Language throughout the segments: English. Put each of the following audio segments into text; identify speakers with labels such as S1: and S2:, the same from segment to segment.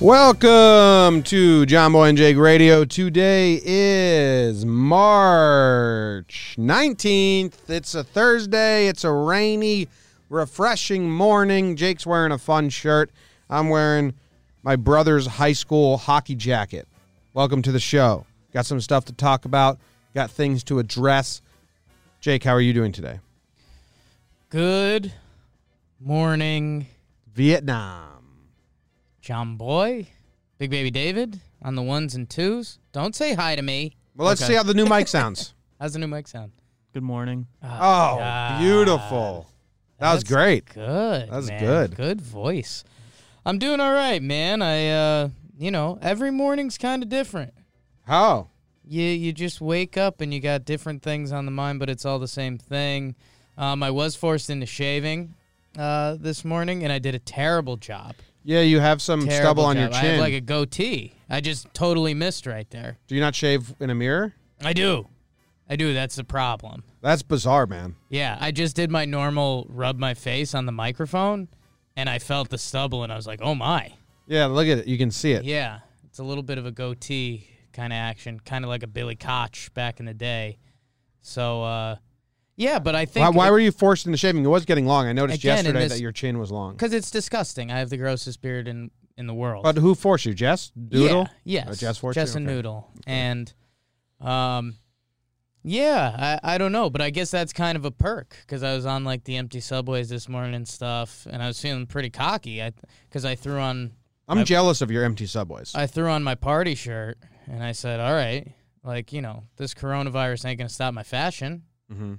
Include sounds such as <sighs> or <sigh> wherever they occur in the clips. S1: Welcome to John Boy and Jake Radio. Today is March 19th. It's a Thursday. It's a rainy, refreshing morning. Jake's wearing a fun shirt. I'm wearing my brother's high school hockey jacket. Welcome to the show. Got some stuff to talk about, got things to address. Jake, how are you doing today?
S2: Good morning,
S1: Vietnam.
S2: John Boy, Big Baby David on the ones and twos. Don't say hi to me.
S1: Well, let's
S2: Okay.
S1: see how the new mic
S2: <laughs>
S1: sounds.
S2: How's the new mic sound?
S3: Good morning.
S1: Oh, beautiful. That was
S2: That's
S1: great.
S2: Good.
S1: That's
S2: man.
S1: good.
S2: Good voice. I'm doing all right, man. I, uh, you know, every morning's kind of different.
S1: How?
S2: You you just wake up and you got different things on the mind, but it's all the same thing. Um, I was forced into shaving uh, this morning, and I did a terrible job.
S1: Yeah, you have some
S2: Terrible
S1: stubble on your
S2: job. I
S1: chin.
S2: have like a goatee. I just totally missed right there.
S1: Do you not shave in a mirror?
S2: I do. I do. That's the problem.
S1: That's bizarre, man.
S2: Yeah, I just did my normal rub my face on the microphone and I felt the stubble and I was like, oh my.
S1: Yeah, look at it. You can see it.
S2: Yeah, it's a little bit of a goatee kind of action, kind of like a Billy Koch back in the day. So, uh, yeah, but I think.
S1: Why, why were you forced into shaving? It was getting long. I noticed
S2: Again, in
S1: yesterday
S2: this-
S1: that your chin was long.
S2: Because it's disgusting. I have the grossest beard in, in the world.
S1: But who forced you? Jess? Doodle?
S2: Yeah,
S1: Uh,
S2: yes.
S1: Jess forced
S2: Jess
S1: you?
S2: and
S1: Okay.
S2: Noodle. And um yeah, I, I don't know, but I guess that's kind of a perk because I was on like the empty subways this morning and stuff, and I was feeling pretty cocky. I because I threw on
S1: I'm
S2: I-
S1: jealous of your empty subways.
S2: I threw on my party shirt and I said, "All right, like you know, this coronavirus ain't gonna stop my fashion."
S1: hmm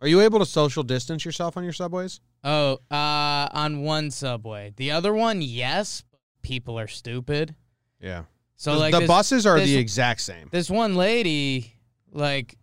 S1: Are you able to social distance yourself on your subways?
S2: Oh, uh, on one subway, the other one, yes, but people are stupid.
S1: Yeah.
S2: So
S1: The-
S2: like
S1: the
S2: this-
S1: buses are
S2: this-
S1: the exact same.
S2: this one lady like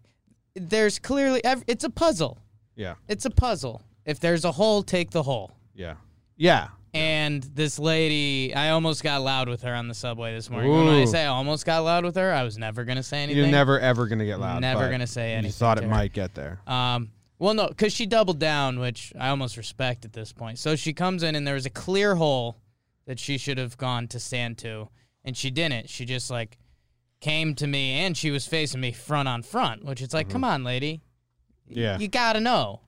S2: there's clearly ev- it's a puzzle
S1: Yeah.
S2: it's a puzzle if there's a hole take the hole
S1: Yeah. Yeah.
S2: and this lady i almost got loud with her on the subway this morning when i
S1: Ooh.
S2: say i almost got loud with her i was never gonna say anything
S1: You're never, ever going to get loud.
S2: Never
S1: but
S2: gonna say
S1: You
S2: anything
S1: thought
S2: to
S1: it
S2: her.
S1: might get there.
S2: um well no because she doubled down which i almost respect at this point so she comes in and there was a clear hole that she should have gone to stand to and she didn't she just like came to me and she was facing me front on front which it's like come on lady
S1: Mm-hmm. Yeah.
S2: you gotta know.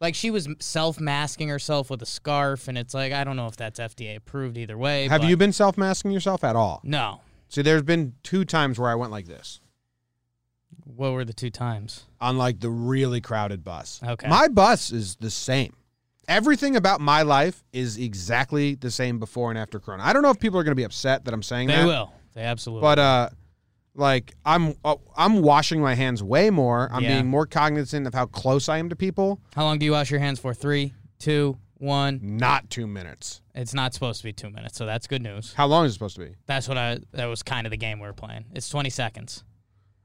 S2: Like she was self masking herself with a scarf, and it's like I don't know if that's FDA approved either way.
S1: Have
S2: but-
S1: you been self masking yourself at all?
S2: No.
S1: See, there's been two times where I went like this.
S2: What were the two times?
S1: on like the really crowded bus.
S2: Okay.
S1: My bus is the same. Everything about my life is exactly the same before and after Corona. I don't know if people are going to be upset that I'm saying
S2: They
S1: that,
S2: will. They absolutely.
S1: but uh, like I'm uh, I'm washing my hands way more. I'm
S2: Yeah.
S1: being more cognizant of how close I am to people.
S2: will. How long do you wash your hands for? Three, two, one.
S1: Not two minutes.
S2: It's not supposed to be two minutes, so that's good news.
S1: How long is it supposed to be?
S2: That's what I. That was kind of the game we were playing. It's twenty seconds.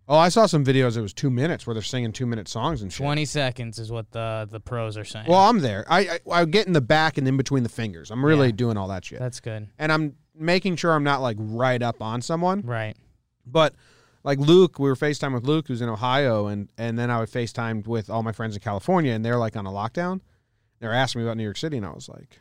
S1: Oh, I saw some videos. It was two minutes where they're singing two minute songs and shit.
S2: Twenty seconds is what the the pros are saying.
S1: Well, I'm there. I, I I get in the back and in between the fingers. I'm really
S2: Yeah.
S1: doing all that shit,
S2: that's good.
S1: and I'm making sure I'm not like right up on someone.
S2: Right.
S1: But like Luke, we were FaceTime with Luke, who's in Ohio, and and then I would FaceTime with all my friends in California, and they're like on a lockdown. They were asking me about New York City, and I was like,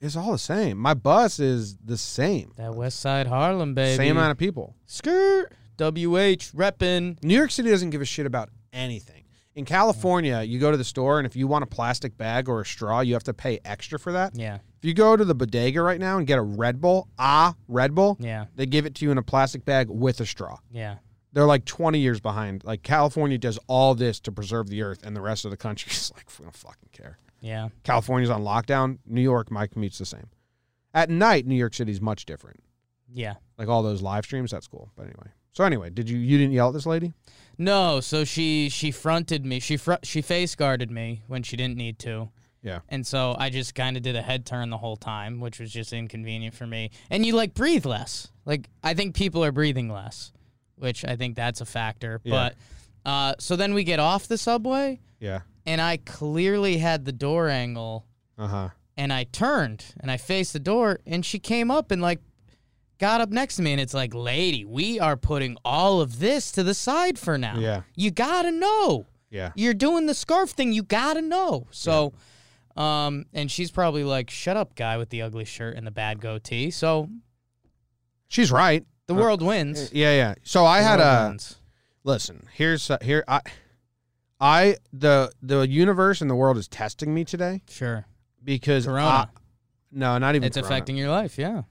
S1: it's all the same. My bus is the same,
S2: That West Side Harlem baby.
S1: same amount of people.
S2: skirt. WH reppin.
S1: New York City doesn't give a shit about anything. In California, you go to the store, and if you want a plastic bag or a straw, you have to pay extra for that.
S2: Yeah.
S1: If you go to the bodega right now and get a Red Bull, ah, Red Bull,
S2: Yeah.
S1: they give it to you in a plastic bag with a straw.
S2: Yeah.
S1: they're like 20 years behind. Like California does all this to preserve the earth, and the rest of the <laughs> country is like, we don't fucking care.
S2: Yeah.
S1: California's on lockdown. New York, my commute's the same. At night, New York City's much different.
S2: Yeah.
S1: Like all those live streams, that's cool. But anyway. So anyway, did you you didn't yell at this lady?
S2: No, so she she fronted me. She fr- she face guarded me when she didn't need to.
S1: Yeah.
S2: And so I just kind of did a head turn the whole time, which was just inconvenient for me. And you like breathe less. Like I think people are breathing less, which I think that's a factor.
S1: Yeah.
S2: But uh, so then we get off the subway,
S1: Yeah.
S2: and I clearly had the door angle,
S1: Uh huh.
S2: and I turned and I faced the door, and she came up and like got up next to me, and it's like, lady, we are putting all of this to the side for now.
S1: Yeah.
S2: You gotta know
S1: Yeah.
S2: you're doing the scarf thing. You gotta know. So, um, and she's probably like, "Shut up, guy with the ugly shirt and the bad goatee." So
S1: She's right.
S2: the world wins.
S1: Yeah, yeah. So Uh, I had
S2: The world
S1: a
S2: wins.
S1: listen. Here's uh, here I I the the universe and the world is testing me today
S2: sure
S1: because
S2: corona.
S1: I- no, not even
S2: it's
S1: corona.
S2: affecting your life. Yeah,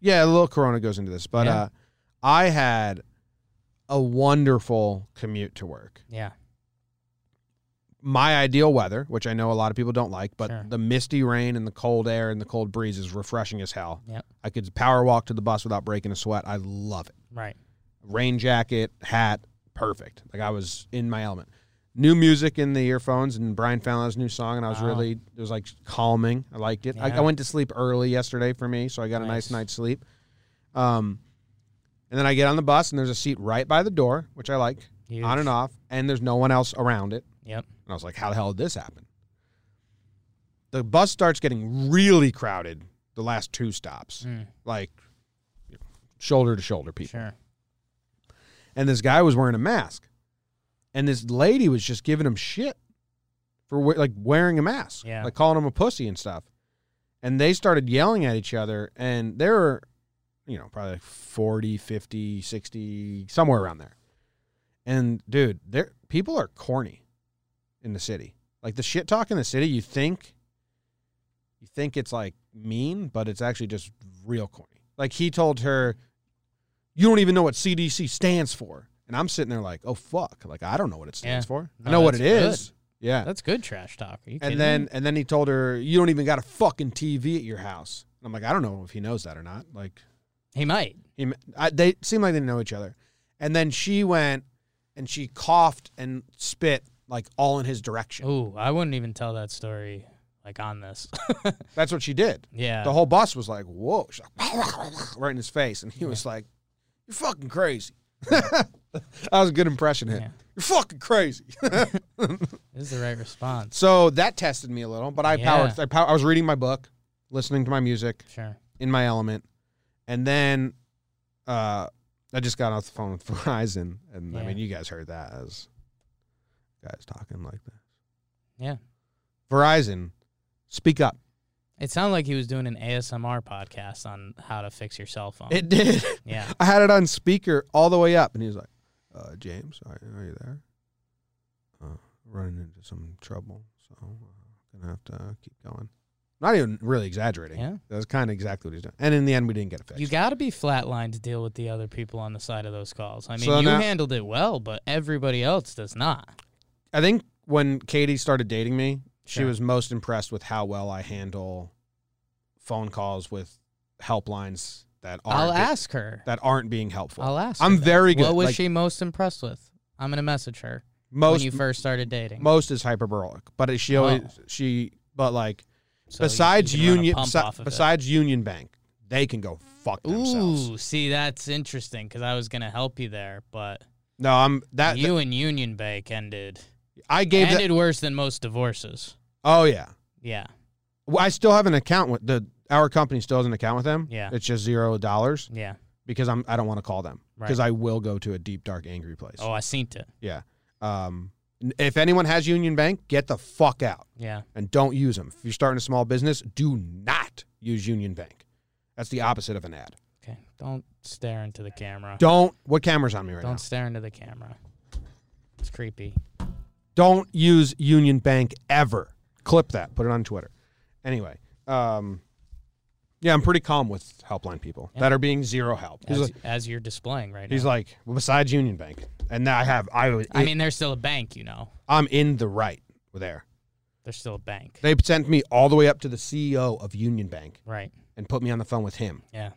S1: Yeah, a little corona goes into this, but
S2: Yeah.
S1: uh I had a wonderful commute to work.
S2: yeah,
S1: my ideal weather, which I know a lot of people don't like, but
S2: Sure.
S1: the misty rain and the cold air and the cold breeze is refreshing as hell.
S2: Yep.
S1: I could power walk to the bus without breaking a sweat. I love it.
S2: right.
S1: Rain jacket, hat, perfect. Like I was in my element. New music in the earphones and Brian Fallon's new song, and I was
S2: Wow.
S1: really it was like calming. I liked it. I, I
S2: Yeah.
S1: went to sleep early yesterday for me, so I got a nice
S2: Nice.
S1: night's sleep. Um, and then I get on the bus and there's a seat right by the door, which I like,
S2: Huge.
S1: on and off, and there's no one else around it.
S2: Yep.
S1: And I was like, how the hell did this happen? The bus starts getting really crowded the last two stops,
S2: Mm,
S1: like you know, shoulder to shoulder people.
S2: sure.
S1: And this guy was wearing a mask. And this lady was just giving him shit for we- like wearing a mask,
S2: Yeah.
S1: like calling him a pussy and stuff. And they started yelling at each other. And there were, you know, probably like 40, 50, 60, somewhere around there. And dude, there people are corny in the city. Like the shit talk in the city, you think you think it's like mean, but it's actually just real corny. Like he told her, "You don't even know what CDC stands for," and I'm sitting there like, "Oh fuck!" Like I don't know what it stands
S2: Yeah.
S1: for. I
S2: No,
S1: know what it
S2: that's
S1: is. Yeah.
S2: That's good trash talk. Are you kidding
S1: and then
S2: me?
S1: and then he told her, "You don't even got a fucking TV at your house." And I'm like, I don't know if he knows that or not. Like
S2: he might.
S1: he, I, they seem like they know each other. And then she went and she coughed and spit like all in his direction.
S2: Ooh, I wouldn't even tell that story like on this. <laughs>
S1: That's what she did.
S2: yeah.
S1: The whole bus was like, "Whoa!" She's like, right in his face, and he was like, "You're fucking crazy." <laughs> that was a good impression. Of him.
S2: Yeah.
S1: You're fucking crazy.
S2: this is the right response.
S1: so that tested me a little, but I powered.
S2: Yeah.
S1: I, pow- I was reading my book, listening to my music
S2: Sure.
S1: in my element, and then uh, I just got off the phone with <laughs> Verizon, and I
S2: Yeah.
S1: mean, you guys heard that as guys talking like that.
S2: Yeah.
S1: Verizon, speak up.
S2: It sounded like he was doing an ASMR podcast on how to fix your cell phone.
S1: It did. <laughs>
S2: yeah.
S1: I had it on speaker all the way up, and he was like, uh, "James, are, are you there? Uh, running into some trouble, so uh, gonna have to keep going." Not even really exaggerating.
S2: Yeah.
S1: that was kind of exactly what he's doing. And in the end, we didn't get it fixed.
S2: You got to be flatlined to deal with the other people on the side of those calls. I mean,
S1: So
S2: you
S1: now-
S2: handled it well, but everybody else does not.
S1: I think when Katie started dating me, she
S2: Sure.
S1: was most impressed with how well I handle phone calls with helplines that
S2: I'll
S1: aren't
S2: ask her.
S1: that aren't being helpful.
S2: I'll ask.
S1: I'm
S2: her that.
S1: very good.
S2: What was
S1: Like,
S2: she most impressed with? I'm gonna message her
S1: most
S2: when you first started dating.
S1: most is hyperbolic, but she
S2: Oh.
S1: always she but like
S2: So you-
S1: besides
S2: you can run a
S1: Union,
S2: pump
S1: besi-
S2: off of it.
S1: besides Union Bank, they can go fuck themselves.
S2: Ooh, see, that's interesting because I was gonna help you there, but
S1: No, I'm that.
S2: you and Union Bank ended
S1: I gave that.
S2: ended worse than most divorces.
S1: Oh yeah,
S2: Yeah,
S1: well, I still have an account with the. Our company still has an account with them.
S2: Yeah.
S1: it's just zero dollars
S2: yeah.
S1: because I'm I don't want to call them
S2: Right.
S1: because I will go to a deep dark angry place.
S2: Oh, I seen it.
S1: Yeah. Um, n- if anyone has Union Bank, get the fuck out.
S2: Yeah,
S1: and don't use them. If you're starting a small business, do not use Union Bank. That's the opposite of an ad.
S2: okay. Don't stare into the camera.
S1: Don't. What camera's on me right
S2: Don't
S1: now?
S2: stare into the camera. It's creepy.
S1: Don't use Union Bank ever. Clip that. Put it on Twitter. Anyway, um, yeah, I'm pretty calm with helpline people that are being zero help. He's
S2: as,
S1: like,
S2: as you're displaying right
S1: he's
S2: now.
S1: like, well, besides Union Bank, and now I have I, was-
S2: I mean, there's still a bank, you know.
S1: I'm in the right there.
S2: There's still a bank,
S1: They sent me all the way up to the CEO E of Union Bank
S2: right?
S1: and and put me on the phone with him.
S2: Yeah.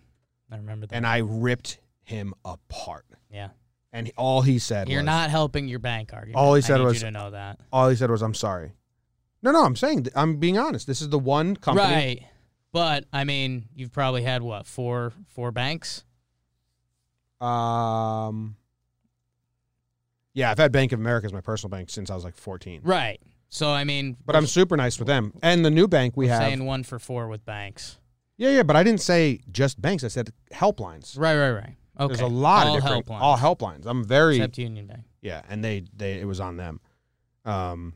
S2: I remember that.
S1: And I ripped him apart.
S2: yeah.
S1: And all he said
S2: You're
S1: was,
S2: not helping your bank argument.
S1: All he said
S2: I need
S1: was-
S2: you to know that.
S1: all he said was, I'm sorry. No, no, I'm saying, th- I'm being honest. This is the one company.
S2: Right. But I mean, you've probably had what, four four banks?
S1: Um, yeah, I've had Bank of America as my personal bank since I was like 14.
S2: Right. So I mean
S1: But I'm super nice with them. And the new bank we
S2: we're
S1: have.
S2: saying one for four with banks.
S1: yeah, yeah, but I didn't say just banks. I said helplines.
S2: Right, right, right. Okay.
S1: There's a lot
S2: All
S1: of different
S2: helplines,
S1: all helplines. I'm very
S2: except Union Bank.
S1: yeah, and they they it was on them. Um,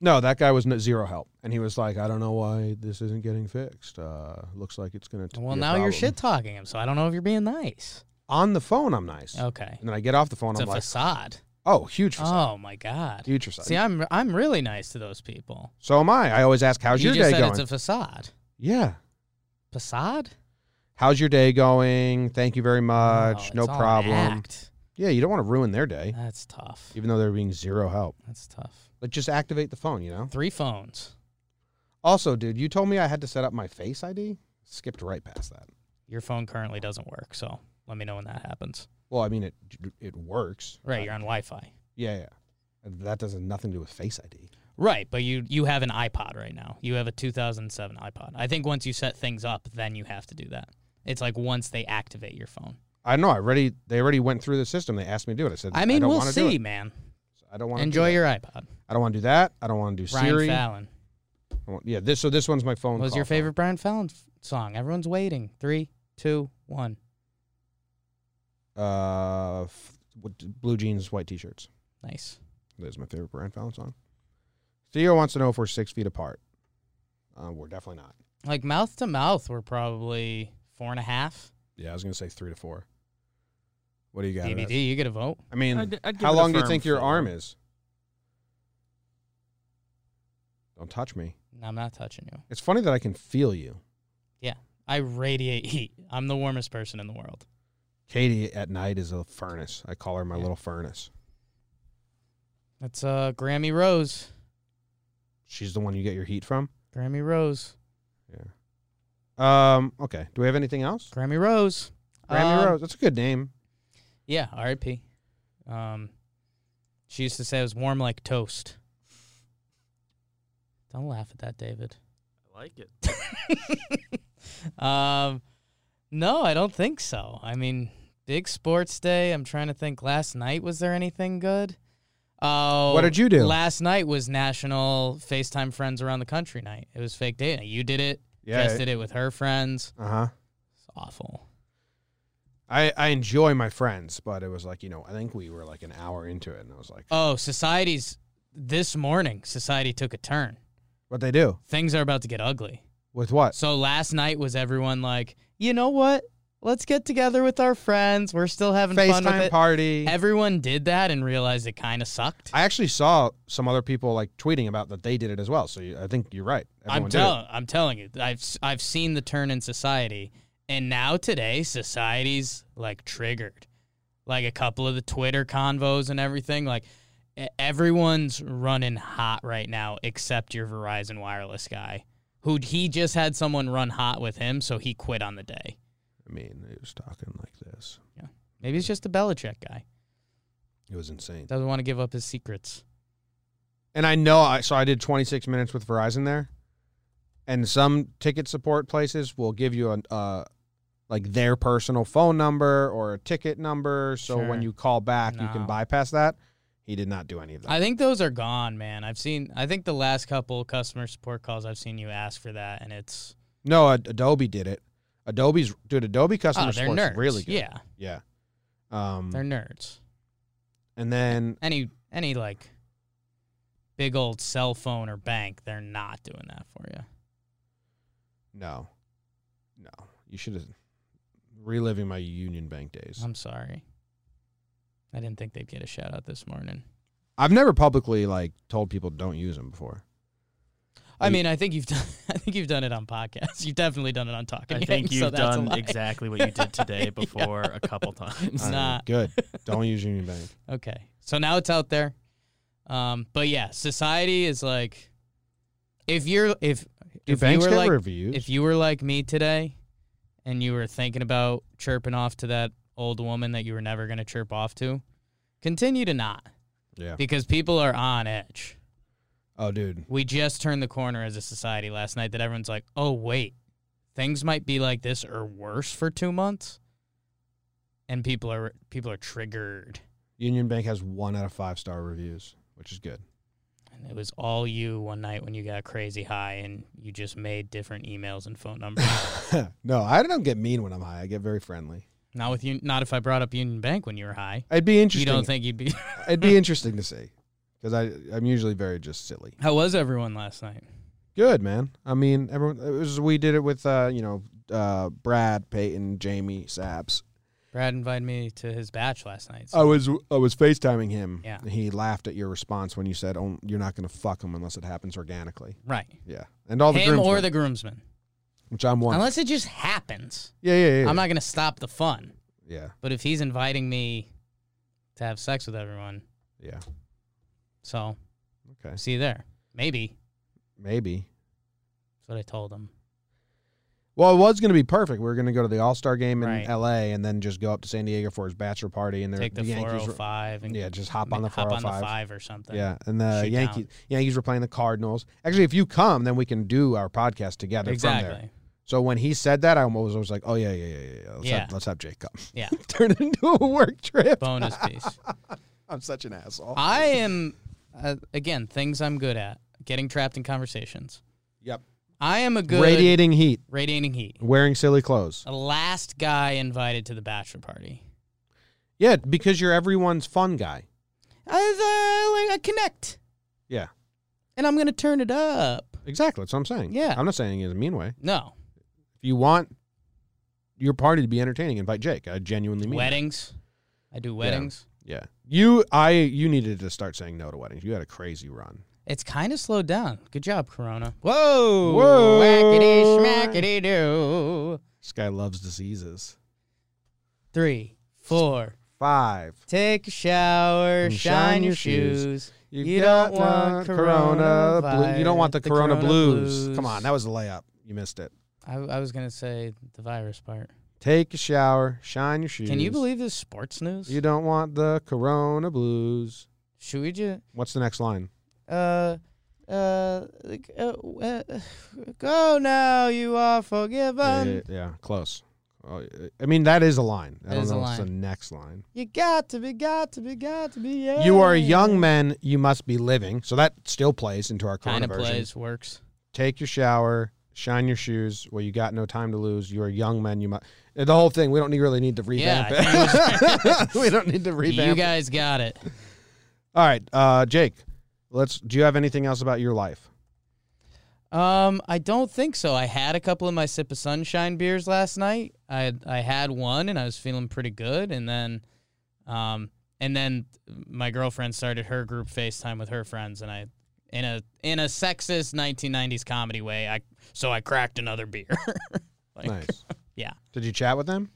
S1: no, that guy was n- zero help, and he was like, I don't know why this isn't getting fixed. Uh, looks like it's gonna. T-
S2: Well,
S1: be a
S2: now you're
S1: problem."
S2: shit talking him, so I don't know if you're being nice.
S1: on the phone. I'm nice,
S2: Okay.
S1: and then I get off the phone.
S2: It's a
S1: I'm like,
S2: facade.
S1: oh, huge facade,
S2: Oh my god.
S1: huge facade.
S2: See, I'm I'm really nice to those people.
S1: so am I. I always ask, how's
S2: you
S1: your
S2: just
S1: day
S2: said
S1: going? Uh,
S2: it's a facade.
S1: yeah.
S2: Facade?
S1: How's your day going? Thank you very
S2: Oh,
S1: much.
S2: it's
S1: no
S2: all an
S1: problem.
S2: act.
S1: Yeah, you don't want to ruin their day,
S2: That's tough.
S1: even though they're being zero help.
S2: That's tough.
S1: But just activate the phone, you know?
S2: Three phones.
S1: Also, dude, you told me I had to set up my face ID. Skipped right past that.
S2: Your phone currently doesn't work, so let me know when that happens.
S1: Well, I mean, it it works.
S2: Right,
S1: but-
S2: you're on Wi-Fi.
S1: Yeah, yeah. That does nothing to do with Face ID.
S2: Right, but you you have an iPod right now. You have a 2007 iPod. I think once you set things up, then you have to do that. It's like once they activate your phone.
S1: I know. I already they already went through the system. They asked me to do it. I said,
S2: I mean,
S1: don't
S2: we'll
S1: wanna do
S2: see,
S1: it.
S2: man.
S1: I don't want to
S2: Enjoy your iPod.
S1: I don't want to do that. I don't want to do
S2: Brian
S1: Siri.
S2: Fallon.
S1: I want- yeah. This so this one's my phone.
S2: What was your
S1: call phone.
S2: favorite Brian Fallon f- song? Everyone's waiting. Three, two, one.
S1: Uh, f- what- blue jeans, white t-shirts.
S2: Nice.
S1: That is my favorite Brian Fallon song. Theo wants to know if we're six feet apart. Uh, we're definitely not.
S2: Like mouth to mouth, we're probably four and a half.
S1: Yeah, I was gonna say three to four. What do you got? it as?
S2: DVD, you get a vote.
S1: I mean,
S3: I'd- I'd give
S1: how
S3: it a
S1: long do you
S3: firm
S1: think your
S3: four.
S1: arm is? Don't touch me.
S2: No, I'm not touching you.
S1: It's funny that I can feel you.
S2: Yeah, I radiate heat. I'm the warmest person in the world.
S1: Katie at night is a furnace. I call her my
S2: Yeah.
S1: little furnace.
S2: That's uh Grammy Rose.
S1: She's the one you get your heat from.
S2: Grammy Rose.
S1: Yeah. Um. Okay. Do we have anything else?
S2: Grammy Rose.
S1: Grammy
S2: Um,
S1: Rose. That's a good name.
S2: Yeah, R.I.P. Um, she used to say I was warm like toast. Don't laugh at that, David.
S3: I like <laughs> it.
S2: Um, no, I don't think so. I mean, big sports day. I'm trying to think. Last night was there anything good? Oh,
S1: What did you do?
S2: Last night was National FaceTime Friends Around the Country night. It was fake dating. You did it.
S1: Yeah.
S2: Jess did it with her friends.
S1: Uh huh.
S2: It's awful.
S1: I I enjoy my friends, but it was like you know I think we were like an hour into it, and I was like,
S2: Oh, society's this morning. Society took a turn.
S1: what they do
S2: Things are about to get ugly.
S1: with what?
S2: So last night was everyone like, you know what? Let's get together with our friends. We're still having fun with
S1: FaceTime
S2: it.
S1: party.
S2: Everyone did that and realized it kind of sucked.
S1: I actually saw some other people like tweeting about that they did it as well. So you, I think you're right.
S2: I'm
S1: Everyone did it.
S2: telling I'm telling you, I've s- I've seen the turn in society, and now today society's like triggered, like a couple of the Twitter convos and everything. Like e- everyone's running hot right now, except your Verizon wireless guy, who he just had someone run hot with him, so he quit on the day.
S1: I mean, it was talking like this.
S2: Maybe he's just a Belichick guy,
S1: It was insane.
S2: doesn't want to give up his secrets.
S1: And I know I so I did 26 minutes with Verizon there, and some ticket support places will give you an uh, like their personal phone number or a ticket number, so
S2: Sure.
S1: when you call back, you
S2: No.
S1: can bypass that. He did not do any of that.
S2: I think those are gone, man. I've seen. I think the last couple customer support calls I've seen you ask for that, and it's
S1: no, Ad- Adobe did it. Adobe's dude. Adobe customer
S2: oh, they're
S1: support's
S2: nerds.
S1: really good. Mm-hmm.
S2: Yeah,
S1: Yeah. Um,
S2: they're nerds.
S1: and then
S2: Any any like big old cell phone or bank, they're not doing that for you.
S1: no, no, you should have reliving my Union Bank days.
S2: I'm sorry. I didn't think they'd get a shout out this morning.
S1: I've never publicly like told people don't use them before.
S2: I
S1: You-
S2: mean, I think you've done. <laughs> I think you've done it on podcasts. <laughs> You've definitely done it on talking.
S3: I
S2: Yanks,
S3: think you've
S2: so that's a
S3: done
S2: lie.
S3: exactly what you did <laughs> today before a couple <laughs> times.
S2: It's
S1: Uh,
S2: not. <laughs>
S1: good. Don't use Union Bank.
S2: <laughs> Okay. So now it's out there. Um, but yeah, society is like if you're if
S1: Do
S2: if you
S1: banks
S2: were
S1: get
S2: like-
S1: reviews?
S2: If you were like me today and you were thinking about chirping off to that old woman that you were never going to chirp off to, continue to not
S1: yeah.
S2: because people are on edge.
S1: Oh, dude.
S2: We just turned the corner as a society last night that everyone's like, oh, wait, things might be like this or worse for two months. And people are people are triggered.
S1: Union Bank has one out of five star reviews, which is good. <laughs>
S2: And it was all you one night when you got crazy high and you just made different emails and
S1: <laughs>
S2: phone numbers.
S1: no, I don't get mean when I'm high. I get very friendly.
S2: not with you. Not if I brought up Union Bank when you were high.
S1: I'd be
S2: You
S1: interesting.
S2: don't think you'd be.
S1: It'd
S2: <laughs>
S1: be interesting to see because I I'm usually very just silly.
S2: How was everyone last night?
S1: Good man. I mean, everyone. It was we did it with uh you know uh Brad Peyton Jamie Saps.
S2: Brad invited me to his batch last night. So
S1: I was I was FaceTiming him.
S2: Yeah.
S1: He laughed at your response when you said, "Oh, you're not going to fuck him unless it happens organically."
S2: right.
S1: Yeah. And all the
S2: Him or
S1: groomsmen,
S2: the groomsmen.
S1: which I'm one.
S2: Unless it just happens.
S1: yeah, yeah, yeah.
S2: I'm not going to stop the fun.
S1: yeah.
S2: But if he's inviting me to have sex with everyone,
S1: Yeah.
S2: so
S1: Okay.
S2: see you there. Maybe.
S1: Maybe.
S2: That's what I told him.
S1: Well, it was going to be perfect. We were going to go to the All Star game in
S2: Right.
S1: L.A. and then just go up to San Diego for his bachelor party and there-
S2: Take the,
S1: Yankees. were-
S2: 405 and
S1: yeah, just hop
S2: ma-
S1: on the
S2: hop on the
S1: 405.
S2: five or something.
S1: Yeah, and the
S2: Shoot
S1: Yankees Yankees were playing the Cardinals. Actually, if you come, then we can do our podcast together from there.
S2: Exactly.
S1: So when he said that, I almost was like, "Oh yeah, yeah, yeah, yeah, yeah. Let's,
S2: Yeah.
S1: Have, let's have Jake come."
S2: Yeah.
S1: <laughs> Turn it into a work trip.
S2: Bonus piece.
S1: <laughs> I'm such an asshole.
S2: I am, uh, again, things I'm good at getting trapped in conversations.
S1: yep.
S2: I am a good
S1: Radiating heat,
S2: radiating heat.
S1: wearing silly clothes.
S2: The last guy invited to the bachelor party.
S1: Yeah, because you're everyone's fun guy.
S2: I, was, uh, like, I connect,
S1: Yeah,
S2: and I'm gonna turn it up.
S1: exactly. That's what I'm saying.
S2: Yeah.
S1: I'm not saying it in a mean way.
S2: No
S1: If you want your party to be entertaining, invite Jake. I genuinely mean. it.
S2: weddings. I do weddings.
S1: Yeah. You, I, you needed to start saying no to weddings. You had a crazy run.
S2: It's kind of slowed down. Good job, Corona. Whoa,
S1: Whoa.
S2: whackity schmackity do.
S1: This guy loves diseases.
S2: Three, four.
S1: Five.
S2: Take a shower,
S1: And
S2: shine, your shoes.
S1: You, got
S2: don't want
S1: the corona blue. You don't want the,
S2: coronavirus, the
S1: corona,
S2: corona
S1: blues.
S2: blues.
S1: Come on, that was a layup. You missed it.
S2: I, I was gonna say the virus part.
S1: Take a shower, shine your shoes.
S2: Can you believe this sports news?
S1: You don't want the corona blues.
S2: Should we just?
S1: What's the next line?
S2: uh, uh, like, uh, uh, <sighs> go now, you are forgiven.
S1: yeah, yeah, close. Oh, I mean, that is a line. I
S2: That
S1: don't
S2: is a
S1: know what's
S2: line.
S1: the next line.
S2: You got to be, got to be, got to be. Yeah.
S1: You are young men. You must be living. So that still plays into our corona
S2: Kind of
S1: version.
S2: plays works.
S1: Take your shower, shine your shoes. Well, you got no time to lose. You are young men. You must. The whole thing. We don't need really need to
S2: Yeah,
S1: revamp
S2: I think it
S1: <laughs>
S2: was-
S1: it. we don't need to revamp.
S2: you
S1: it.
S2: guys got it.
S1: All right, uh, Jake. Let's. Do you have anything else about your life?
S2: Um, I don't think so. I had a couple of my sip of sunshine beers last night. I I had one and I was feeling pretty good, and then, um, and then my girlfriend started her group FaceTime with her friends, and I, in a in a sexist 1990s comedy way, I so I cracked another beer. like,
S1: nice.
S2: <laughs> yeah.
S1: Did you chat with them?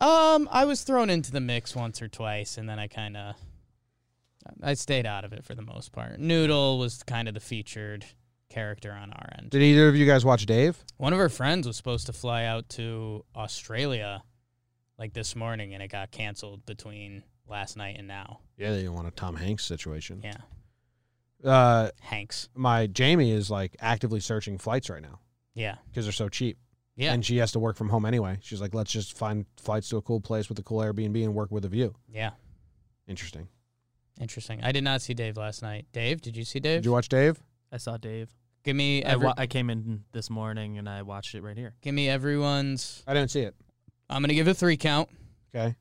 S2: Um, I was thrown into the mix once or twice, and then I kind of, I stayed out of it for the most part. Noodle was kind of the featured character on our end.
S1: Did either of you guys watch Dave?
S2: One of her friends was supposed to fly out to Australia, like this morning, and it got canceled between last night and now.
S1: Yeah, they didn't want a Tom Hanks situation.
S2: Yeah,
S1: Uh,
S2: Hanks.
S1: my Jamie is like actively searching flights right now
S2: Yeah,
S1: because they're so cheap.
S2: yeah,
S1: And she has to work from home anyway. She's like, let's just find flights to a cool place with a cool Airbnb and work with a view.
S2: yeah.
S1: Interesting.
S2: Interesting. I did not see Dave last night. Dave, did you see Dave?
S1: Did you watch Dave?
S3: I saw Dave.
S2: give me
S3: I,
S2: every,
S3: wa- I came in this morning and I watched it right here.
S2: give me everyone's.
S1: I didn't see it.
S2: I'm gonna give a three count,
S1: Okay.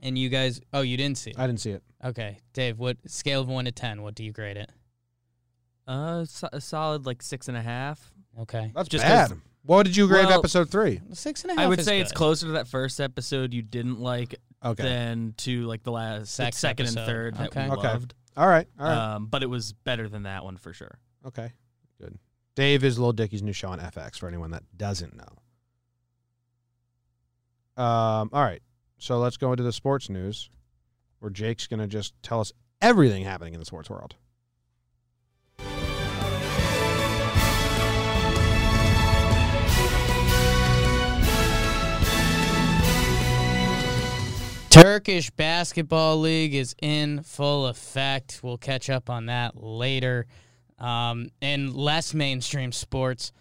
S2: and you guys. Oh, you didn't see it.
S1: I didn't see it.
S2: Okay, Dave. What scale of one to ten? What do you grade it?
S3: Uh, so- a solid like six and a half.
S2: Okay,
S1: That's
S3: Just
S1: bad.
S3: 'cause-
S1: What did you grade
S3: Well-
S1: episode three?
S2: six and a half.
S3: I would
S2: is
S3: say it's
S2: good.
S3: closer to that first episode you didn't like
S1: Okay.
S3: than to like the last the
S2: Second
S3: second and
S2: episode.
S3: third that
S2: Okay.
S3: we
S1: Okay.
S3: loved.
S1: All right. All right.
S3: Um, but it was better than that one for sure.
S1: okay. Good. Dave is Lil Dicky's new show on FX for anyone that doesn't know. Um, all right. So let's go into the sports news where Jake's going to just tell us everything happening in the sports world.
S2: Turkish Basketball League is in full effect. We'll catch up on that later. Um, in less mainstream sports,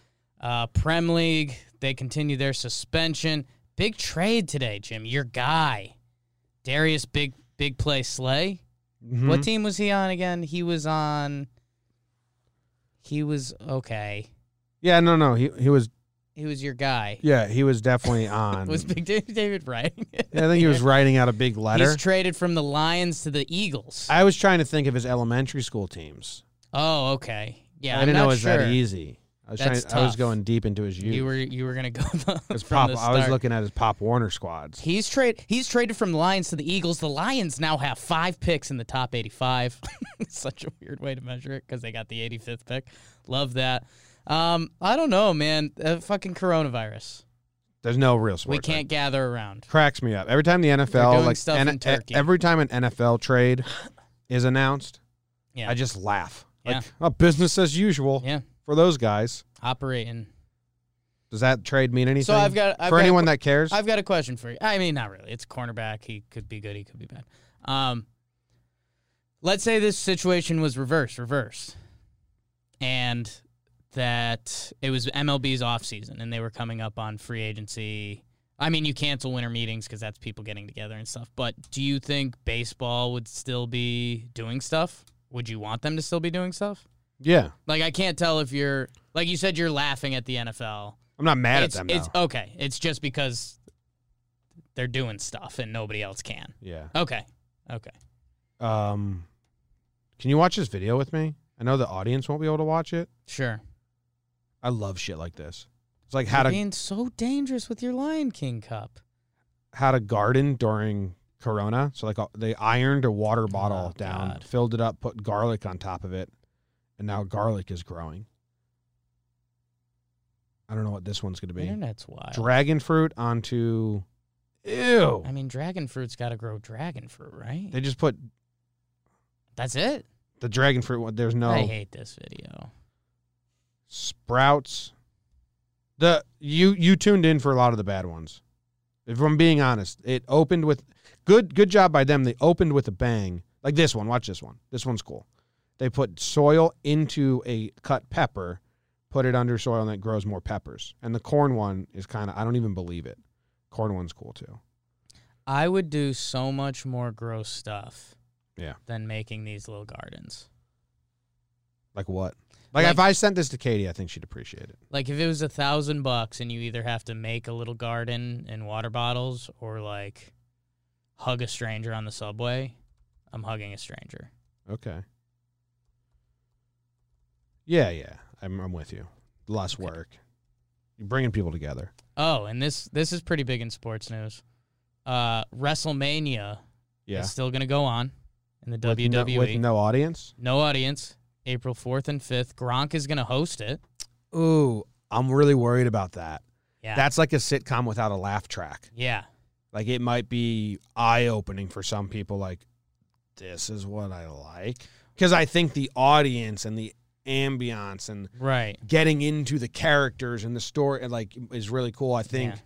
S2: uh, Prem League, they continue their suspension. Big trade today, Jim. Your guy, Darius Big Big Play Slay.
S3: Mm-hmm.
S2: What team was he on again? He was on. He was okay.
S1: Yeah, no, no. He he was
S2: He was your guy.
S1: yeah he was definitely
S2: <laughs>
S1: on.
S2: Was Big David
S1: <laughs>
S2: right?
S1: Yeah, I think he
S2: <laughs>
S1: was writing out a big letter.
S2: He's traded from the Lions to the Eagles.
S1: I was trying to think of his elementary school teams.
S2: Oh, okay. Yeah,
S1: I
S2: I'm
S1: didn't know it
S2: not
S1: was
S2: sure.
S1: that easy. I was
S2: That's
S1: trying. I was
S2: tough.
S1: going deep into his youth.
S2: You were you were gonna go <laughs> the, from
S1: 'Cause Pop,
S2: the
S1: I was
S2: start.
S1: looking at his Pop Warner squads.
S2: He's trade. He's traded from the Lions to the Eagles. The Lions now have five picks in the top 85. <laughs> It's Such a weird way to measure it because they got the 85th pick. Love that. Um, I don't know, man. Uh, fucking coronavirus.
S1: There's no real sport.
S2: we can't gather around.
S1: cracks me up every time the NFL
S2: doing
S1: like
S2: stuff in
S1: N- e-
S2: Turkey.
S1: every time an NFL
S2: <laughs>
S1: trade is announced,
S2: Yeah,
S1: I just laugh. Like
S2: Yeah.
S1: oh, business as usual
S2: yeah,
S1: for those guys.
S2: operating.
S1: Does that trade mean anything?
S2: I've got- I've
S1: for
S2: got a
S1: anyone
S2: qu-
S1: that cares.
S2: I've got a question for you. I mean, not really. It's a cornerback. He could be good. He could be bad. Um, let's say this situation was reversed, reversed, and that it was MLB's offseason and they were coming up on free agency. I mean, you cancel winter meetings because that's people getting together and stuff. But do you think baseball would still be doing stuff? Would you want them to still be doing stuff?
S1: yeah,
S2: Like, I can't tell if you're, like you said, you're laughing at the NFL
S1: I'm not mad
S2: it's,
S1: at them.
S2: it's
S1: though.
S2: okay. It's just because they're doing stuff and nobody else can.
S1: yeah.
S2: Okay. Okay.
S1: Um, can you watch this video with me? I know the audience won't be able to watch it.
S2: Sure.
S1: I love shit like this. It's like how
S2: You're
S1: to
S2: being so dangerous with your Lion King cup.
S1: how to garden during Corona. So like uh, they ironed a water bottle
S2: Oh,
S1: down,
S2: God.
S1: filled it up, put garlic on top of it, and now garlic is growing. I don't know what this one's going to
S2: The
S1: be.
S2: internet's wild.
S1: Dragon fruit onto. Ew.
S2: I mean, dragon fruit's got to grow dragon fruit, right?
S1: They just put
S2: That's it.
S1: the dragon fruit. one- There's no.
S2: I hate this video.
S1: sprouts. The you you tuned in for a lot of the bad ones. If I'm being honest, it opened with good good job by them. They opened with a bang. Like this one, watch this one. This one's cool. They put soil into a cut pepper, put it under soil and it grows more peppers. And the corn one is kind of I don't even believe it. Corn one's cool too.
S2: I would do so much more gross stuff
S1: Yeah.
S2: than making these little gardens.
S1: Like what? Like,
S2: Like-
S1: if I sent this to Katie, I think she'd appreciate it.
S2: Like if it was a thousand bucks and you either have to make a little garden and water bottles or like hug a stranger on the subway, I'm hugging a stranger.
S1: Okay. Yeah, yeah. I'm I'm with you. Less work. You're bringing people together.
S2: Oh, and this this is pretty big in sports news. Uh, WrestleMania
S1: Yeah.
S2: is still gonna go on in the
S1: With no-
S2: WWE.
S1: with no audience.
S2: no audience. April fourth and fifth. Gronk is gonna host it.
S1: Ooh, I'm really worried about that.
S2: Yeah.
S1: That's like a sitcom without a laugh track.
S2: yeah.
S1: Like it might be eye opening for some people. Like this is what I like because I think the audience and the ambiance and
S2: Right.
S1: getting into the characters and the story and like is really cool. I think
S2: Yeah.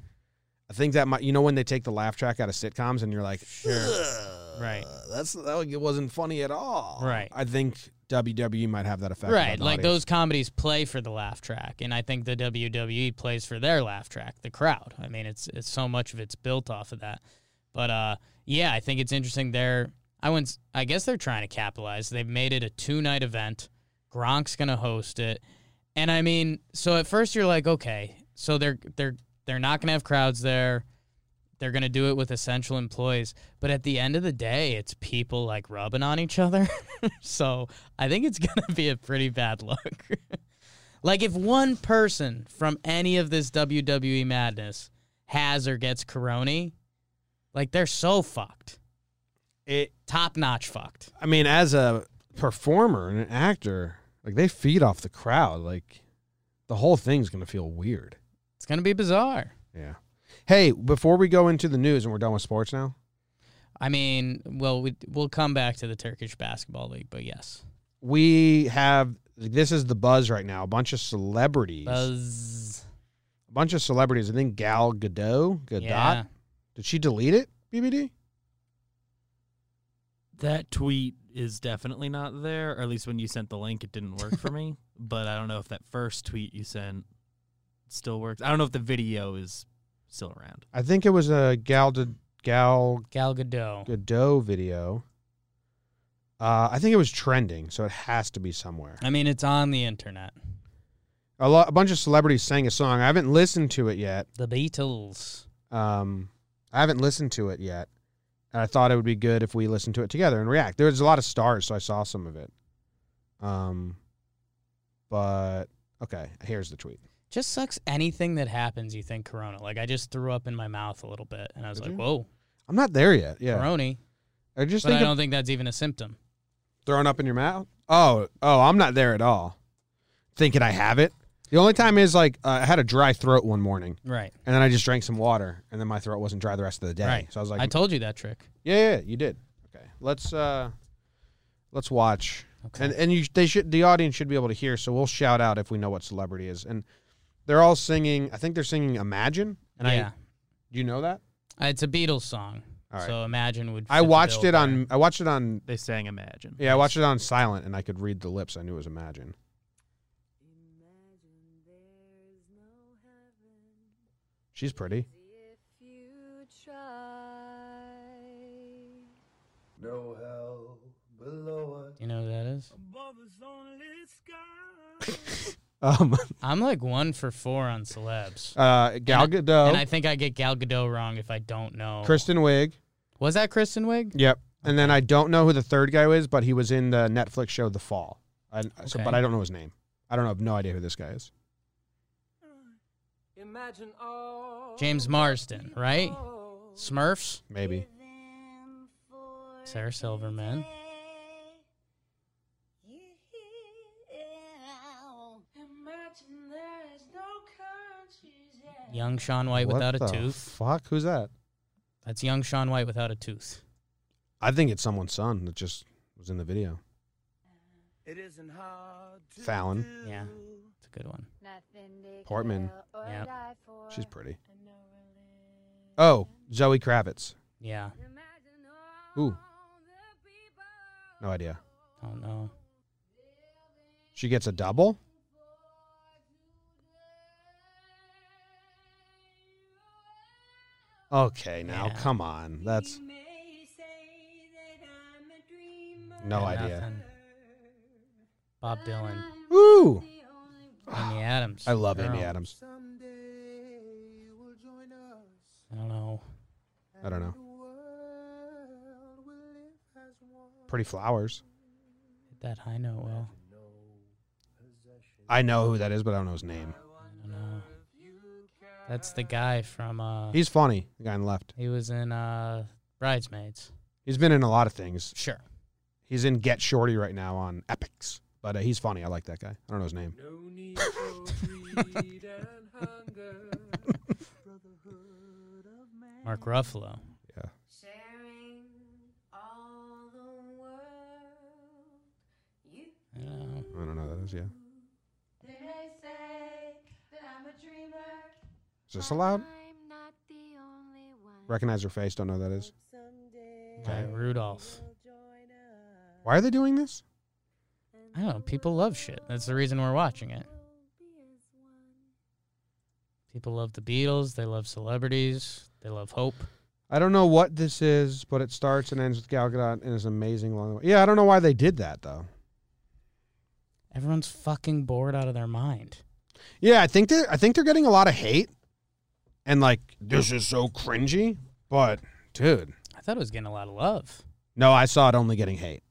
S1: I think that might you know when they take the laugh track out of sitcoms and you're like "Ugh,
S2: Right.
S1: That's that it wasn't funny at all.
S2: Right.
S1: I think WWE might have that effect. on
S2: Right,
S1: the
S2: like
S1: audience.
S2: those comedies play for the laugh track, and I think the WWE plays for their laugh track, the crowd. I mean, it's it's so much of it's built off of that. But uh, yeah, I think it's interesting. They're I went, I guess they're trying to capitalize. They've made it a two night event. Gronk's gonna host it, and I mean, so at first you're like, okay, so they're they're they're not gonna have crowds there. They're gonna do it with essential employees, but at the end of the day, it's people like rubbing on each other. <laughs> so I think it's <laughs> going to be a pretty bad look. <laughs> like, if one person from any of this WWE madness has or gets corona, like, they're so fucked.
S1: It,
S2: Top notch fucked.
S1: I mean, as a performer and an actor, like they feed off the crowd. Like the whole thing's gonna feel weird.
S2: It's going to be bizarre.
S1: Yeah. Hey, before we go into the news and we're done with sports now,
S2: I mean, well, we, we'll come back to the Turkish Basketball League, but yes.
S1: we have this is the buzz right now. A bunch of celebrities.
S2: Buzz.
S1: a bunch of celebrities. I think Gal Gadot, Gadot.
S2: Yeah.
S1: Did she delete it? BBD.
S3: That tweet is definitely not there. Or at least when you sent the link, it didn't work
S1: <laughs>
S3: for me. But I don't know if that first tweet you sent still works. I don't know if the video is still around.
S1: I think it was a Gal Gadot- Gal
S2: Gal Gadot.
S1: Gadot video. Uh, I think it was trending, so it has to be somewhere.
S2: I mean, it's on the internet.
S1: A, lo- a bunch of celebrities sang a song. I haven't listened to it yet.
S2: The Beatles.
S1: Um, I haven't listened to it yet, and I thought it would be good if we listened to it together and react. There was a lot of stars, so I saw some of it. Um, but okay, here's the tweet.
S2: Just sucks anything that happens. You think Corona? Like I just threw up in my mouth a little bit, and I was
S1: Did
S2: like,
S1: you?
S2: "Whoa,
S1: I'm not there yet. Yeah,
S2: Corona!"
S1: I just
S2: But I
S1: think of
S2: don't think that's even a symptom.
S1: throwing up in your mouth. Oh, oh, I'm not there at all. Thinking I have it. The only time is like uh, I had a dry throat one morning,
S2: Right.
S1: and then I just drank some water, and then my throat wasn't dry the rest of the day. So I was like,
S2: I told you that trick.
S1: Yeah, yeah, you did. Okay, let's uh, let's watch.
S2: Okay.
S1: And and you they should the audience should be able to hear. So we'll shout out if we know what celebrity is. And they're all singing. I think they're singing Imagine. And
S2: yeah, Uh,
S1: I, you know that?
S2: it's a Beatles song.
S1: All right.
S2: So imagine would.
S1: I
S2: fit the
S1: watched
S2: bill
S1: it on. I watched it on.
S3: They sang Imagine.
S1: Yeah, I watched it on silent, and I could read the lips. I knew it was Imagine. She's pretty.
S4: No hell below
S2: there. You know who that is?
S1: Um,
S2: I'm like one for four on celebs.
S1: <laughs> uh, Gal
S2: And I, and I
S1: Gadot,
S2: think I get Gal Gadot wrong if I don't know.
S1: Kristen Wiig.
S2: was that Kristen Wiig?
S1: Yep. And then I don't know who the third guy is, but he was in the Netflix show The Fall. I, so,
S2: Okay.
S1: but I don't know his name. I don't have no idea who this guy is.
S4: Imagine all
S2: James Marsden, right? Smurfs.
S1: Maybe.
S2: Sarah Silverman. Young Sean White
S1: What
S2: without a
S1: the
S2: tooth.
S1: Fuck, who's that?
S2: That's young Sean White without a tooth.
S1: I think it's someone's son that just was in the video.
S4: It isn't hard to
S1: Fallon.
S4: do.
S2: Yeah. It's a good one.
S1: Portman.
S2: Yep.
S1: She's pretty. Oh, Zoe Kravitz.
S2: Yeah.
S1: Ooh. No idea.
S2: I don't know.
S1: She gets a double? Okay, now
S2: Yeah.
S1: come on. That's no
S2: Yeah,
S1: idea.
S2: nothing. Bob Dylan.
S1: Ooh.
S2: Amy
S1: <sighs>
S2: Adams.
S1: I love
S2: Girl.
S1: Amy Adams.
S4: Someday you will join us.
S2: I don't know.
S1: I don't know.
S4: The world will live as one.
S1: Pretty flowers.
S2: Hit that high note well.
S1: I know who that is, but I don't know his name.
S2: I don't know. That's the guy from uh
S1: He's funny, the guy on the left.
S2: he was in uh Bridesmaids.
S1: He's been in a lot of things.
S2: Sure.
S1: He's in Get Shorty right now on Epics, but uh, he's funny. I like that guy. I don't know his name.
S4: No need
S2: <laughs>
S4: for greed and
S1: <laughs>
S4: hunger. Brotherhood of man.
S2: Mark Ruffalo.
S1: Yeah.
S5: Sharing all the world. You,
S2: I don't know.
S1: I don't know who that is. Yeah.
S5: they say that I'm a dreamer.
S1: Is this allowed?
S5: I'm not the only one.
S1: Recognize her face. Don't know who that is.
S2: Guy Rudolph.
S1: Why are they doing this?
S2: I don't know. People love shit. That's the reason we're watching it. People love the Beatles. They love celebrities. They love hope.
S1: I don't know what this is, but it starts and ends with Gal Gadot and is amazing along the way. Yeah, I don't know why they did that though.
S2: Everyone's fucking bored out of their mind.
S1: Yeah, I think they're I think they're getting a lot of hate, and like this is so cringy. But dude,
S2: I thought it was getting a lot of love.
S1: no, I saw it only getting hate.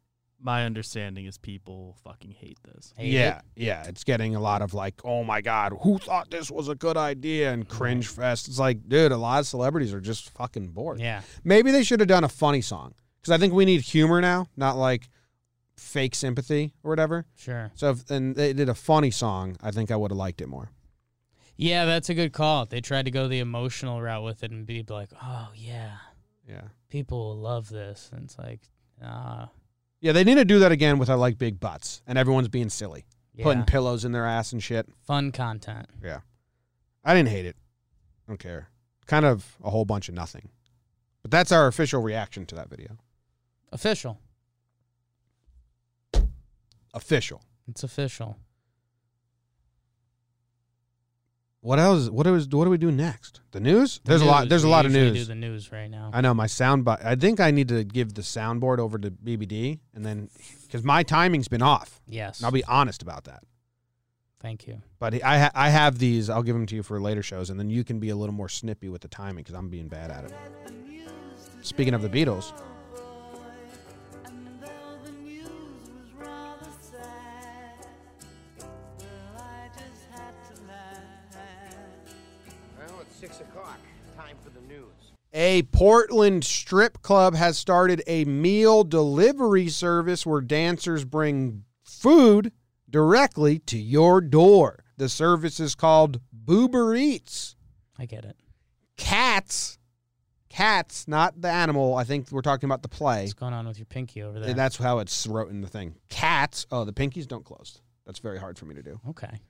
S3: My understanding is people fucking hate this.
S2: Hate
S1: yeah,
S2: it.
S1: yeah. It's getting a lot of like, oh my God, who thought this was a good idea and cringe fest. It's like, dude, a lot of celebrities are just fucking bored.
S2: Yeah.
S1: Maybe they should have done a funny song because I think we need humor now, not like fake sympathy or whatever.
S2: Sure.
S1: So if and they did a funny song, I think I would have liked it more.
S2: Yeah, that's a good call. They tried to go the emotional route with it and be like, "Oh yeah,
S1: Yeah.
S2: people will love this," and it's like, ah,
S1: Yeah, they need to do that again with I like big butts and everyone's being silly,
S2: yeah,
S1: putting pillows in their ass and shit.
S2: fun content.
S1: Yeah. I didn't hate it. I don't care. Kind of a whole bunch of nothing. But that's our official reaction to that video.
S2: Official.
S1: Official.
S2: It's official.
S1: What else? What do we, what do we do next? The news? there's a lot.
S2: News,
S1: There's a
S2: we
S1: lot of
S2: usually
S1: news.
S2: Do the news right now.
S1: I know my soundboard. I think I need to give the soundboard over to BBD, and then because my timing's been off.
S2: yes.
S1: And I'll be honest about that.
S2: Thank you.
S1: But I ha- I have these. I'll give them to you for later shows, and then you can be a little more snippy with the timing because I'm being bad at it. Speaking of the Beatles,
S6: Well, it's six o'clock. Time for the news.
S1: a Portland strip club has started a meal delivery service where dancers bring food directly to your door. The service is called Boober Eats.
S2: I get it.
S1: Cats, cats, not the animal. I think we're talking about the play.
S2: What's going on with your pinky over there?
S1: And That's how it's wrote in the thing. Cats. Oh, the pinkies don't close. That's very hard for me to do. <laughs>
S2: okay.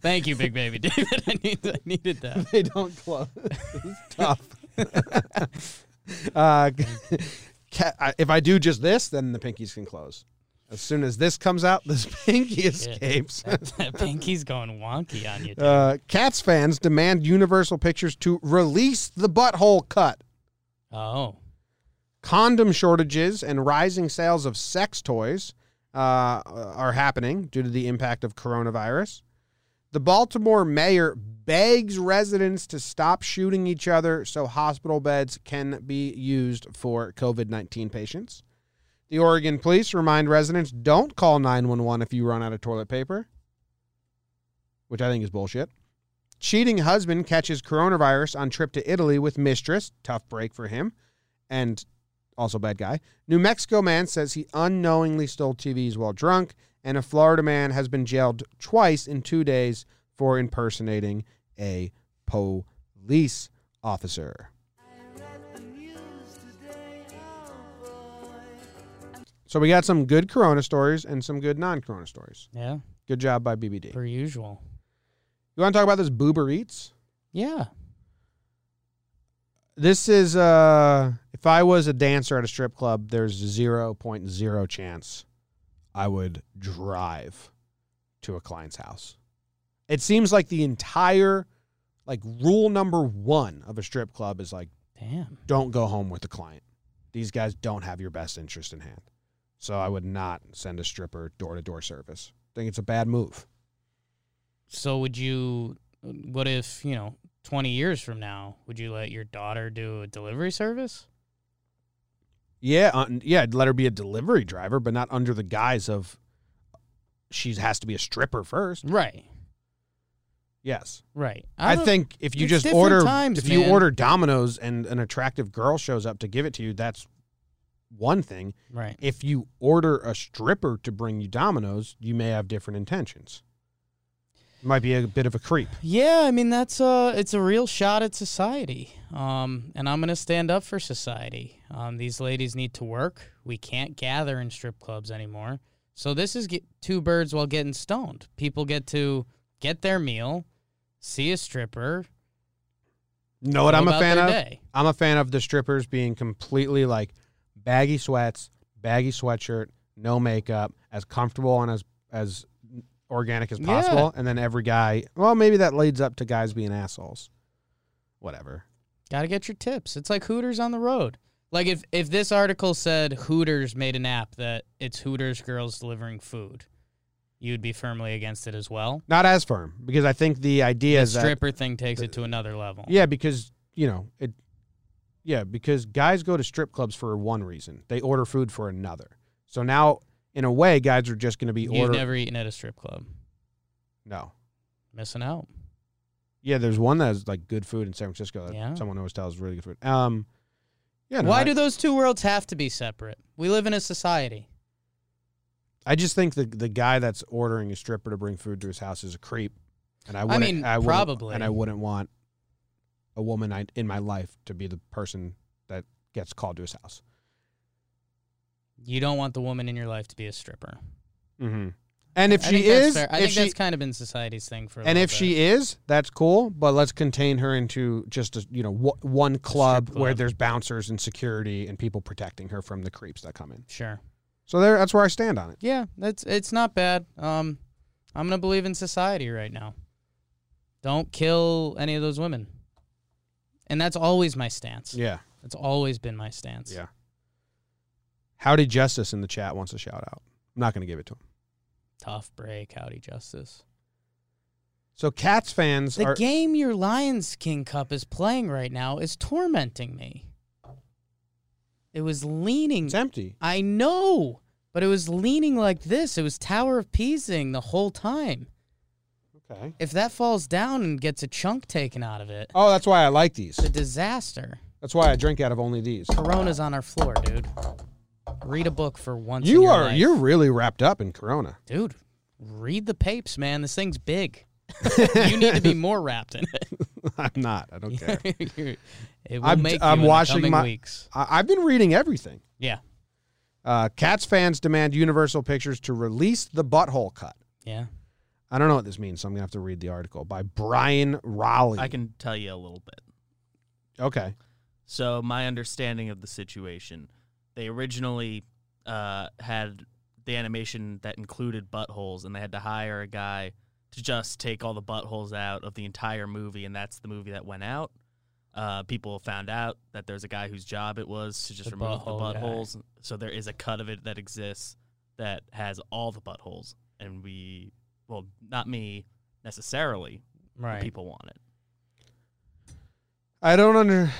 S2: Thank you, big baby <laughs> David. I, need, I needed that.
S1: <laughs> They don't close. It's tough. uh, <laughs> cat, I, if I do just this, then the pinkies can close. As soon as this comes out, this <laughs> pinky escapes. <laughs>
S2: that pinky's going wonky on you. dude.
S1: Uh, Cats fans demand Universal Pictures to release the butthole cut.
S2: oh,
S1: condom shortages and rising sales of sex toys uh, are happening due to the impact of coronavirus. The Baltimore mayor begs residents to stop shooting each other so hospital beds can be used for COVID 19 patients. The Oregon police remind residents don't call 911 if you run out of toilet paper, which I think is bullshit. Cheating husband catches coronavirus on trip to Italy with mistress. Tough break for him. And also bad guy. New Mexico man says he unknowingly stole TVs while drunk, and a Florida man has been jailed twice in two days for impersonating a police officer. So we got some good corona stories and some good non-corona stories.
S2: yeah,
S1: Good job by BBD.
S2: per usual.
S1: You want to talk about this Boober Eats?
S2: Yeah.
S1: This is uh if I was a dancer at a strip club, there's 0.0 chance I would drive to a client's house. It seems like the entire like rule number 1 of a strip club is like
S2: Damn.
S1: don't go home with the client. These guys don't have your best interest in hand. So I would not send a stripper door-to-door service. think it's a bad move.
S2: So would you? What if you know? Twenty years from now, would you let your daughter do a delivery service?
S1: Yeah, uh, yeah. I'd let her be a delivery driver, but not under the guise of uh, she has to be a stripper first.
S2: Right.
S1: Yes,
S2: Right.
S1: I,
S2: don't-
S1: think if you
S2: it's
S1: just
S2: different
S1: order,
S2: times,
S1: if you
S2: man.
S1: order Domino's and an attractive girl shows up to give it to you, that's one thing.
S2: Right.
S1: If you order a stripper to bring you Domino's, you may have different intentions. Might be a bit of a creep.
S2: Yeah, I mean that's a it's a real shot at society, um, and I'm gonna stand up for society. Um, these ladies need to work. We can't gather in strip clubs anymore. So this is get two birds while getting stoned. People get to get their meal, see a stripper.
S1: Know what
S2: go
S1: I'm a
S2: about
S1: fan
S2: their
S1: of?
S2: day.
S1: I'm a fan of the strippers being completely like baggy sweats, baggy sweatshirt, no makeup, as comfortable and as as organic as
S2: Yeah.
S1: possible. And then every guy, well, maybe that leads up to guys being assholes. Whatever.
S2: Gotta get your tips. It's like Hooters on the road. Like if if this article said Hooters made an app that it's Hooters girls delivering food, you'd be firmly against it as well.
S1: Not as firm because I think the idea
S2: The
S1: is that
S2: stripper thing takes it to another level.
S1: yeah, because you know it. Yeah, because guys go to strip clubs for one reason. They order food for another. So now, in a way, guys are just going to be
S2: You've
S1: ordering.
S2: never eaten at a strip club.
S1: no.
S2: Missing out.
S1: Yeah, there's one that has like good food in San Francisco that
S2: Yeah.
S1: someone always tells really good food. Um, yeah, no,
S2: Why
S1: I,
S2: do those two worlds have to be separate? We live in a society.
S1: I just think the the guy that's ordering a stripper to bring food to his house is a creep, and I
S2: I
S1: wouldn't,
S2: mean,
S1: wouldn't-
S2: probably.
S1: and I wouldn't want a woman I, in my life to be the person that gets called to his house.
S2: You don't want the woman in your life to be a stripper.
S1: Mm-hmm. And if
S2: I
S1: she
S2: think that's
S1: is,
S2: fair. I
S1: if
S2: think
S1: she,
S2: that's kind of been society's thing for. A
S1: and
S2: little
S1: if she
S2: bit.
S1: is, that's cool. But let's contain her into just a, you know w- one club, where
S2: club.
S1: there's bouncers and security and people protecting her from the creeps that come in.
S2: sure,
S1: So there, that's where I stand on it.
S2: Yeah, that's it's not bad. Um, I'm gonna believe in society right now. Don't kill any of those women, and that's always my stance.
S1: Yeah.
S2: That's always been my stance.
S1: Yeah. Howdy Justice in the chat wants a shout out. I'm not going to give it to him.
S2: Tough break, howdy justice.
S1: So Cats fans
S2: The
S1: are
S2: game your Lions King Cup is playing right now is tormenting me. It was leaning.
S1: it's empty.
S2: I know, but it was leaning like this. It was Tower of Pising the whole time.
S1: Okay.
S2: If that falls down and gets a chunk taken out of it,
S1: Oh, that's why I like these.
S2: it's a disaster.
S1: That's why I drink out of only these.
S2: Corona's on our floor, dude. Read a book for once. in
S1: You
S2: your
S1: are
S2: life.
S1: you're really wrapped up in Corona. <laughs>
S2: dude. Read the papes, man. This thing's big. you need to be more wrapped in
S1: I'm not. I don't care.
S2: it. <laughs> it will
S1: I'm-
S2: make
S1: I'm
S2: you in the
S1: washing
S2: coming
S1: my-
S2: weeks.
S1: I, I've been reading everything.
S2: Yeah,
S1: Uh, Cats fans demand Universal Pictures to release the butthole cut.
S2: yeah.
S1: I don't know what this means, so I'm gonna have to read the article by Brian Raleigh.
S3: I can tell you a little bit.
S1: okay.
S3: So my understanding of the situation, they originally uh, had the animation that included buttholes, and they had to hire a guy to just take all the buttholes out of the entire movie, and that's the movie that went out. Uh, people found out that there's a guy whose job it was to just
S2: The
S3: remove
S2: butthole
S3: the
S2: guy.
S3: buttholes. So there is a cut of it that exists that has all the buttholes, and we, well, not me necessarily. but
S2: Right.
S3: People want it.
S1: I don't under.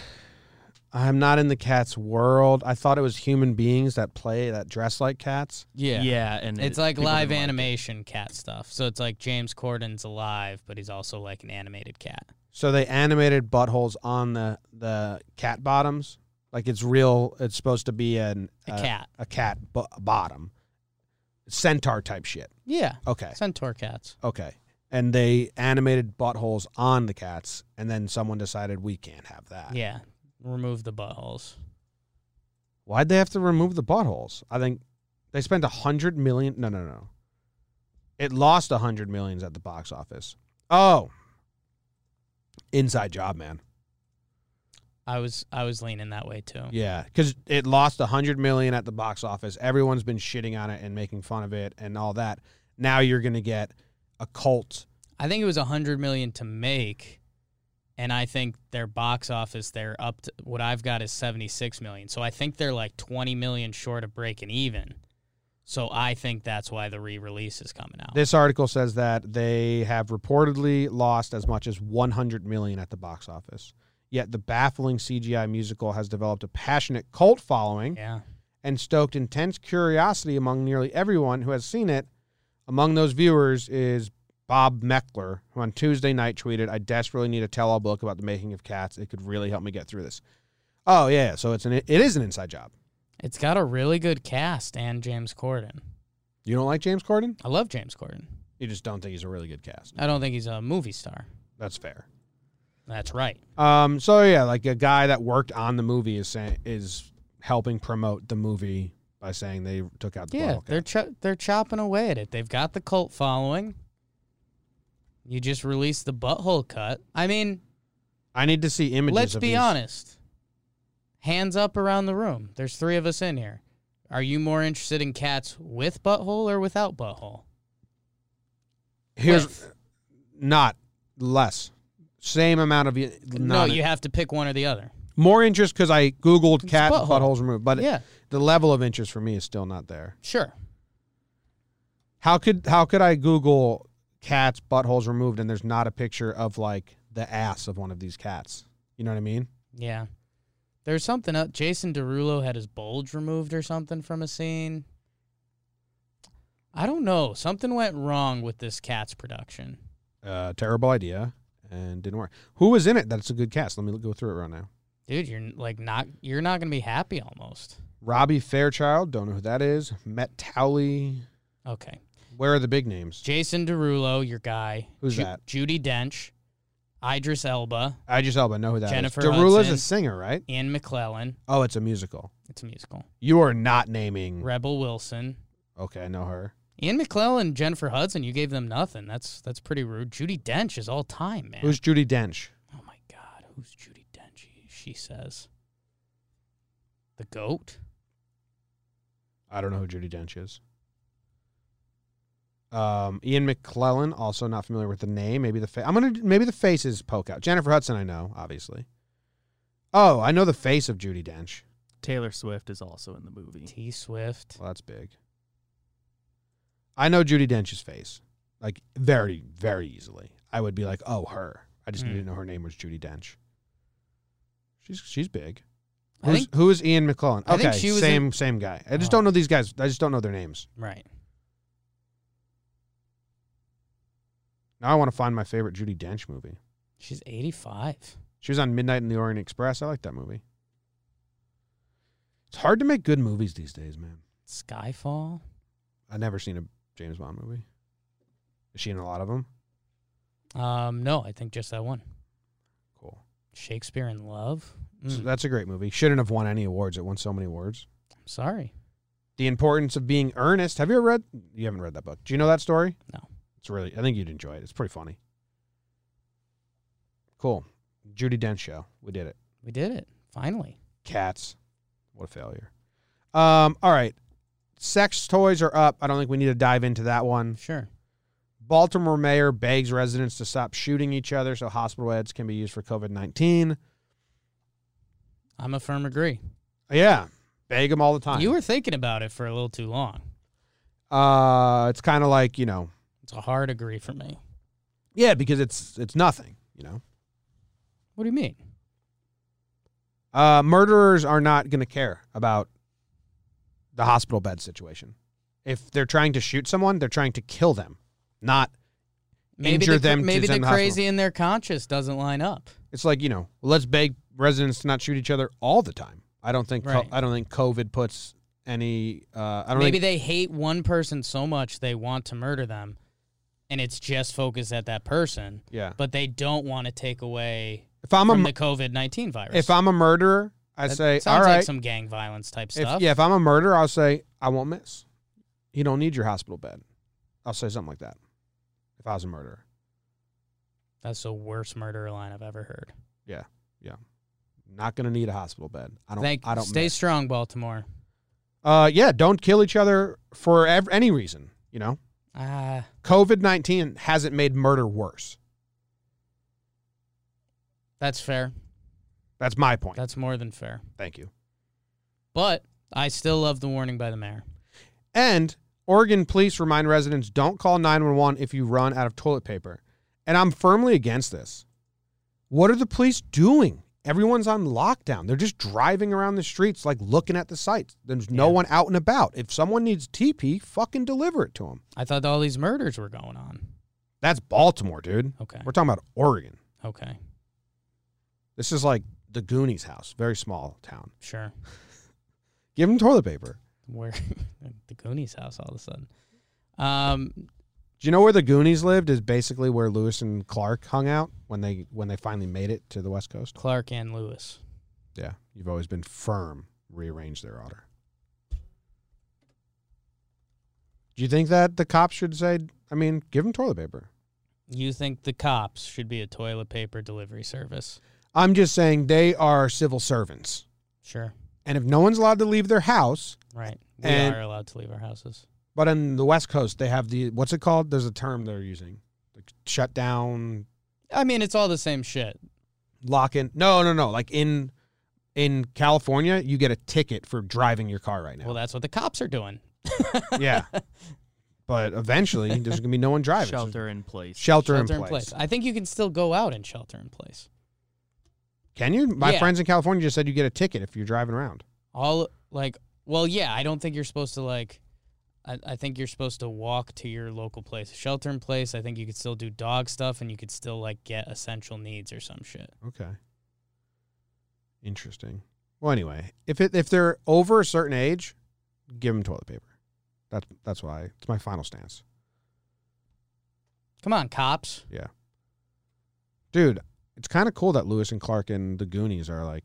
S1: I'm not in the cat's world. I thought it was human beings that play that dress like cats.
S2: Yeah.
S3: and
S2: It's
S3: it-
S2: like
S3: people
S2: live
S3: didn't it.
S2: animation cat stuff. So it's like James Corden's alive, but he's also like an animated cat.
S1: So they animated buttholes on the the cat bottoms, like it's real. It's supposed to be an
S2: A cat.
S1: a cat bo- bottom, centaur type shit.
S2: Yeah.
S1: Okay,
S2: Centaur cats.
S1: okay. And they animated buttholes on the cats, and then someone decided we can't have that.
S2: Yeah. Remove the buttholes.
S1: Why'd they have to remove the buttholes? I think they spent a hundred million. No, no, no. It lost a hundred millions at the box office. Oh, inside job, man.
S2: I was I was leaning that way too.
S1: Yeah, because it lost a hundred million at the box office. Everyone's been shitting on it and making fun of it and all that. Now you're gonna get a cult.
S2: I think it was a hundred million to make, and I think their box office they're up to what I've got is seventy six million. So I think they're like twenty million short of breaking even. So I think that's why the re release is coming out.
S1: This article says that they have reportedly lost as much as 100 million at the box office. Yet the baffling CGI musical has developed a passionate cult following
S2: yeah.
S1: and stoked intense curiosity among nearly everyone who has seen it. Among those viewers is Bob Meckler, who on Tuesday night tweeted, I desperately need a tell all book about the making of cats. It could really help me get through this. Oh yeah, so it's an it is an inside job.
S2: It's got a really good cast and James Corden.
S1: You don't like James Corden?
S2: I love James Corden.
S1: You just don't think he's a really good cast.
S2: I don't think he's a movie star.
S1: That's fair.
S2: That's right.
S1: Um so yeah, like a guy that worked on the movie is saying is helping promote the movie by saying they took out the
S2: Yeah,
S1: bottle cap.
S2: they're cho- they're chopping away at it. They've got the cult following. You just released the butthole cut. I mean,
S1: I need to see images
S2: let's
S1: of
S2: be
S1: these.
S2: honest. Hands up around the room. There's three of us in here. Are you more interested in cats with butthole or without butthole?
S1: Here's
S2: With.
S1: not less. Same amount of not
S2: no, you have to pick one or the other.
S1: more interest because I googled
S2: It's
S1: cat
S2: butthole.
S1: buttholes removed, but
S2: Yeah.
S1: the level of interest for me is still not there.
S2: Sure.
S1: How could how could I Google cats buttholes removed and there's not a picture of like the ass of one of these cats? You know what I mean?
S2: Yeah. There's something up. Jason Derulo had his bulge removed or something from a scene. I don't know. Something went wrong with this cat's production.
S1: Uh, terrible idea and didn't work. Who was in it? That's a good cast. Let me go through it right now.
S2: Dude, you're like not you're not gonna be happy almost.
S1: Robbie Fairchild, don't know who that is. Matt Towley.
S2: Okay.
S1: Where are the big names?
S2: Jason Derulo, your guy.
S1: Who's that?
S2: Judy Dench, Idris Elba,
S1: I just Elba, know who that is.
S2: Jennifer
S1: Derulo's
S2: Hudson.
S1: a singer, right?
S2: Ian McClellan.
S1: Oh, it's a musical.
S2: It's a musical.
S1: You are not naming.
S2: Rebel Wilson.
S1: Okay, I know her.
S2: Ian McClellan, Jennifer Hudson, you gave them nothing. That's that's pretty rude. Judy Dench is all time, man.
S1: Who's Judy Dench?
S2: Oh my God, who's Judy Dench? She says, "The goat."
S1: I don't know who Judy Dench is. Um, Ian McClellan, also not familiar with the name. Maybe the face. I'm gonna maybe the faces poke out. Jennifer Hudson, I know, obviously. Oh, I know the face of Judy Dench.
S3: Taylor Swift is also in the movie.
S2: T Swift.
S1: Well, that's big. I know Judy Dench's face, like very, very easily. I would be like, oh, her. I just
S2: Hmm.
S1: didn't know her name was Judy Dench. She's she's big.
S2: I
S1: Who's,
S2: think-
S1: who is Ian McClellan?
S2: I
S1: Okay,
S2: think she was
S1: same same guy. I just
S2: Oh.
S1: don't know these guys. I just don't know their names.
S2: Right.
S1: Now I want to find my favorite Judy Dench movie.
S2: She's 85.
S1: She was on Midnight in the Orient Express. I like that movie. It's hard to make good movies these days, man.
S2: Skyfall.
S1: I've never seen a James Bond movie. Is she in a lot of them?
S2: Um, no, I think just that one.
S1: Cool.
S2: Shakespeare in Love.
S1: So
S2: Mm,
S1: that's a great movie. Shouldn't have won any awards. It won so many awards.
S2: I'm sorry.
S1: The importance of being earnest. Have you ever read? You haven't read that book. Do you know that story?
S2: No.
S1: It's really. I think you'd enjoy it. It's pretty funny. Cool. Judy Dench show. We did it.
S2: We did it. Finally.
S1: Cats. What a failure. Um. All right. Sex toys are up. I don't think we need to dive into that one.
S2: Sure.
S1: Baltimore mayor begs residents to stop shooting each other so hospital beds can be used for COVID nineteen.
S2: I'm a firm agree.
S1: Yeah, beg them all the time.
S2: You were thinking about it for a little too long.
S1: uh, it's kind of like you know,
S2: It's a hard agree for me.
S1: Yeah, because it's it's nothing, you know.
S2: What do you mean?
S1: Uh, murderers are not going to care about the hospital bed situation. If they're trying to shoot someone, they're trying to kill them, not
S2: Maybe
S1: injure
S2: the, cra-
S1: them. to
S2: maybe the
S1: send them to
S2: crazy
S1: hospital.
S2: in their conscience doesn't line up.
S1: It's like you know, let's beg residents to not shoot each other all the time. I don't think co-
S2: Right.
S1: I don't think COVID puts any. Uh, I don't
S2: Maybe
S1: think,
S2: they hate one person so much they want to murder them, and it's just focused at that person.
S1: yeah.
S2: But they don't want to take away
S1: If I'm a
S2: from
S1: mu-
S2: the COVID nineteen virus.
S1: if I'm a murderer, I
S2: That
S1: say all
S2: sounds
S1: right.
S2: like some gang violence type stuff.
S1: If, yeah, if I'm a murderer, I'll say I won't miss. You don't need your hospital bed. I'll say something like that. If I was a murderer.
S2: That's the worst murder line I've ever heard.
S1: Not gonna need a hospital bed. I don't.
S2: Thank.
S1: I don't.
S2: stay
S1: miss.
S2: strong, Baltimore.
S1: Uh, yeah. Don't kill each other for ev- any reason. You know,
S2: Ah,
S1: COVID nineteen hasn't made murder worse.
S2: that's fair.
S1: That's my point.
S2: That's more than fair.
S1: Thank you.
S2: But I still love the warning by the mayor.
S1: And Oregon police remind residents don't call nine one one if you run out of toilet paper. And I'm firmly against this. What are the police doing? Everyone's on lockdown. They're just driving around the streets, like looking at the sites. There's no
S2: Yeah.
S1: one out and about. If someone needs TP, fucking deliver it to them.
S2: I thought all these murders were going on.
S1: That's Baltimore, dude.
S2: Okay.
S1: We're talking about Oregon.
S2: Okay.
S1: This is like the Goonies house, very small town.
S2: Sure.
S1: Give them toilet paper.
S2: Where <laughs> the Goonies house all of a sudden. Um,
S1: Do you know where the Goonies lived? Is basically where Lewis and Clark hung out when they when they finally made it to the West Coast.
S2: Clark and Lewis.
S1: Yeah, you've always been firm. Rearrange their order. Do you think that the cops should say? I mean, give them toilet paper.
S2: You think the cops should be a toilet paper delivery service?
S1: I'm just saying they are civil servants,
S2: Sure.
S1: and if no one's allowed to leave their house,
S2: Right. We
S1: And-
S2: are allowed to leave our houses.
S1: but in the West Coast they have the what's it called? There's a term they're using, like shut down,
S2: I mean, it's all the same shit.
S1: lock in. No, no, no. Like in in California, you get a ticket for driving your car right now.
S2: Well, that's what the cops are doing.
S1: yeah. But eventually, there's gonna be
S2: <laughs>
S1: no one driving. so-
S3: Shelter in place.
S1: shelter, in, place.
S2: I think you can still go out and shelter in place.
S1: Can you? My
S2: Yeah.
S1: friends in California just said you get a ticket if you're driving around.
S2: All like, well, yeah. I don't think you're supposed to like. I, I think you're supposed to walk to your local place, shelter in place. I think you could still do dog stuff, and you could still like get essential needs or some shit.
S1: Okay. Interesting. Well, anyway, if it if they're over a certain age, give them toilet paper. That's that's why it's my final stance.
S2: Come on, cops.
S1: Yeah. Dude, it's kind of cool that Lewis and Clark and the Goonies are like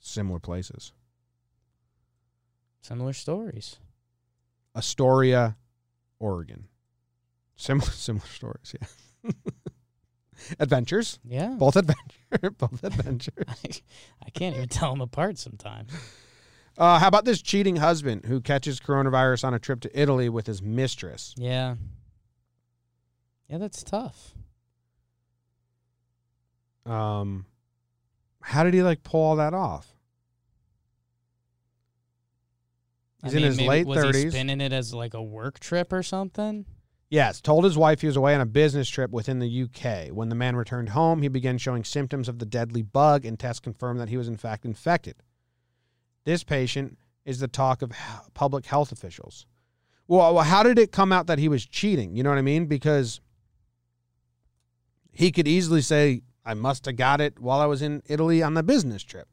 S1: similar places.
S2: Similar stories.
S1: Astoria, Oregon. Similar <laughs> similar stories, yeah. <laughs> adventures.
S2: Yeah.
S1: <laughs> Both adventure both adventures.
S2: I, I can't even tell them apart sometimes.
S1: Uh, how about this cheating husband who catches coronavirus on a trip to Italy with his mistress?
S2: Yeah. Yeah, that's tough.
S1: Um, how did he like pull all that off? He's in his
S2: maybe-
S1: late
S2: was he
S1: 30s.
S2: spinning it as like a work trip or something.
S1: Yes, told his wife he was away on a business trip within the UK. When the man returned home, he began showing symptoms of the deadly bug, and tests confirmed that he was in fact infected. This patient is the talk of h- public health officials. Well, well, how did it come out that he was cheating? You know what I mean? Because he could easily say, I must have got it while I was in Italy on the business trip.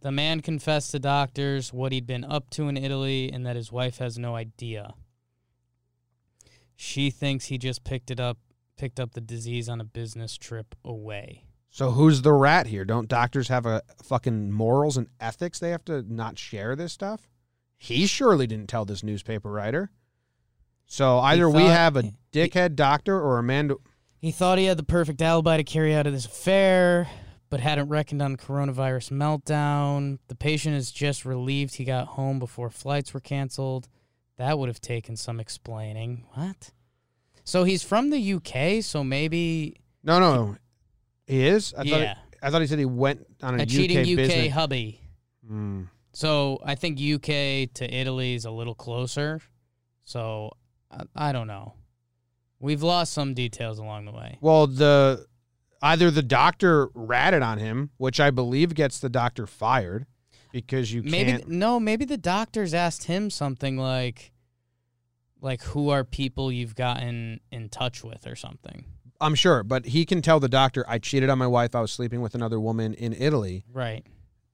S2: The man confessed to doctors what he'd been up to in Italy and that his wife has no idea. She thinks he just picked it up picked up the disease on a business trip away.
S1: So who's the rat here? Don't doctors have a fucking morals and ethics? They have to not share this stuff. He surely didn't tell this newspaper writer. So either we
S2: thought-
S1: have a
S2: he-
S1: dickhead doctor or a man.
S2: He thought he had the perfect alibi to carry out of this affair, but hadn't reckoned on coronavirus meltdown. The patient is just relieved he got home before flights were canceled. That would have taken some explaining. What? So he's from the UK, so maybe
S1: No, no, he is. I
S2: Yeah.
S1: Thought I thought he said he went on a,
S2: a cheating UK
S1: business.
S2: hubby.
S1: Mm.
S2: So I think UK to Italy is a little closer. So I, I don't know. We've lost some details along the way.
S1: Well, the either the doctor ratted on him, which I believe gets the doctor fired, because you
S2: maybe
S1: can't.
S2: th- no maybe the doctors asked him something like like who are people you've gotten in touch with or something
S1: I'm sure, but he can tell the doctor, "I cheated on my wife. I was sleeping with another woman in Italy."
S2: right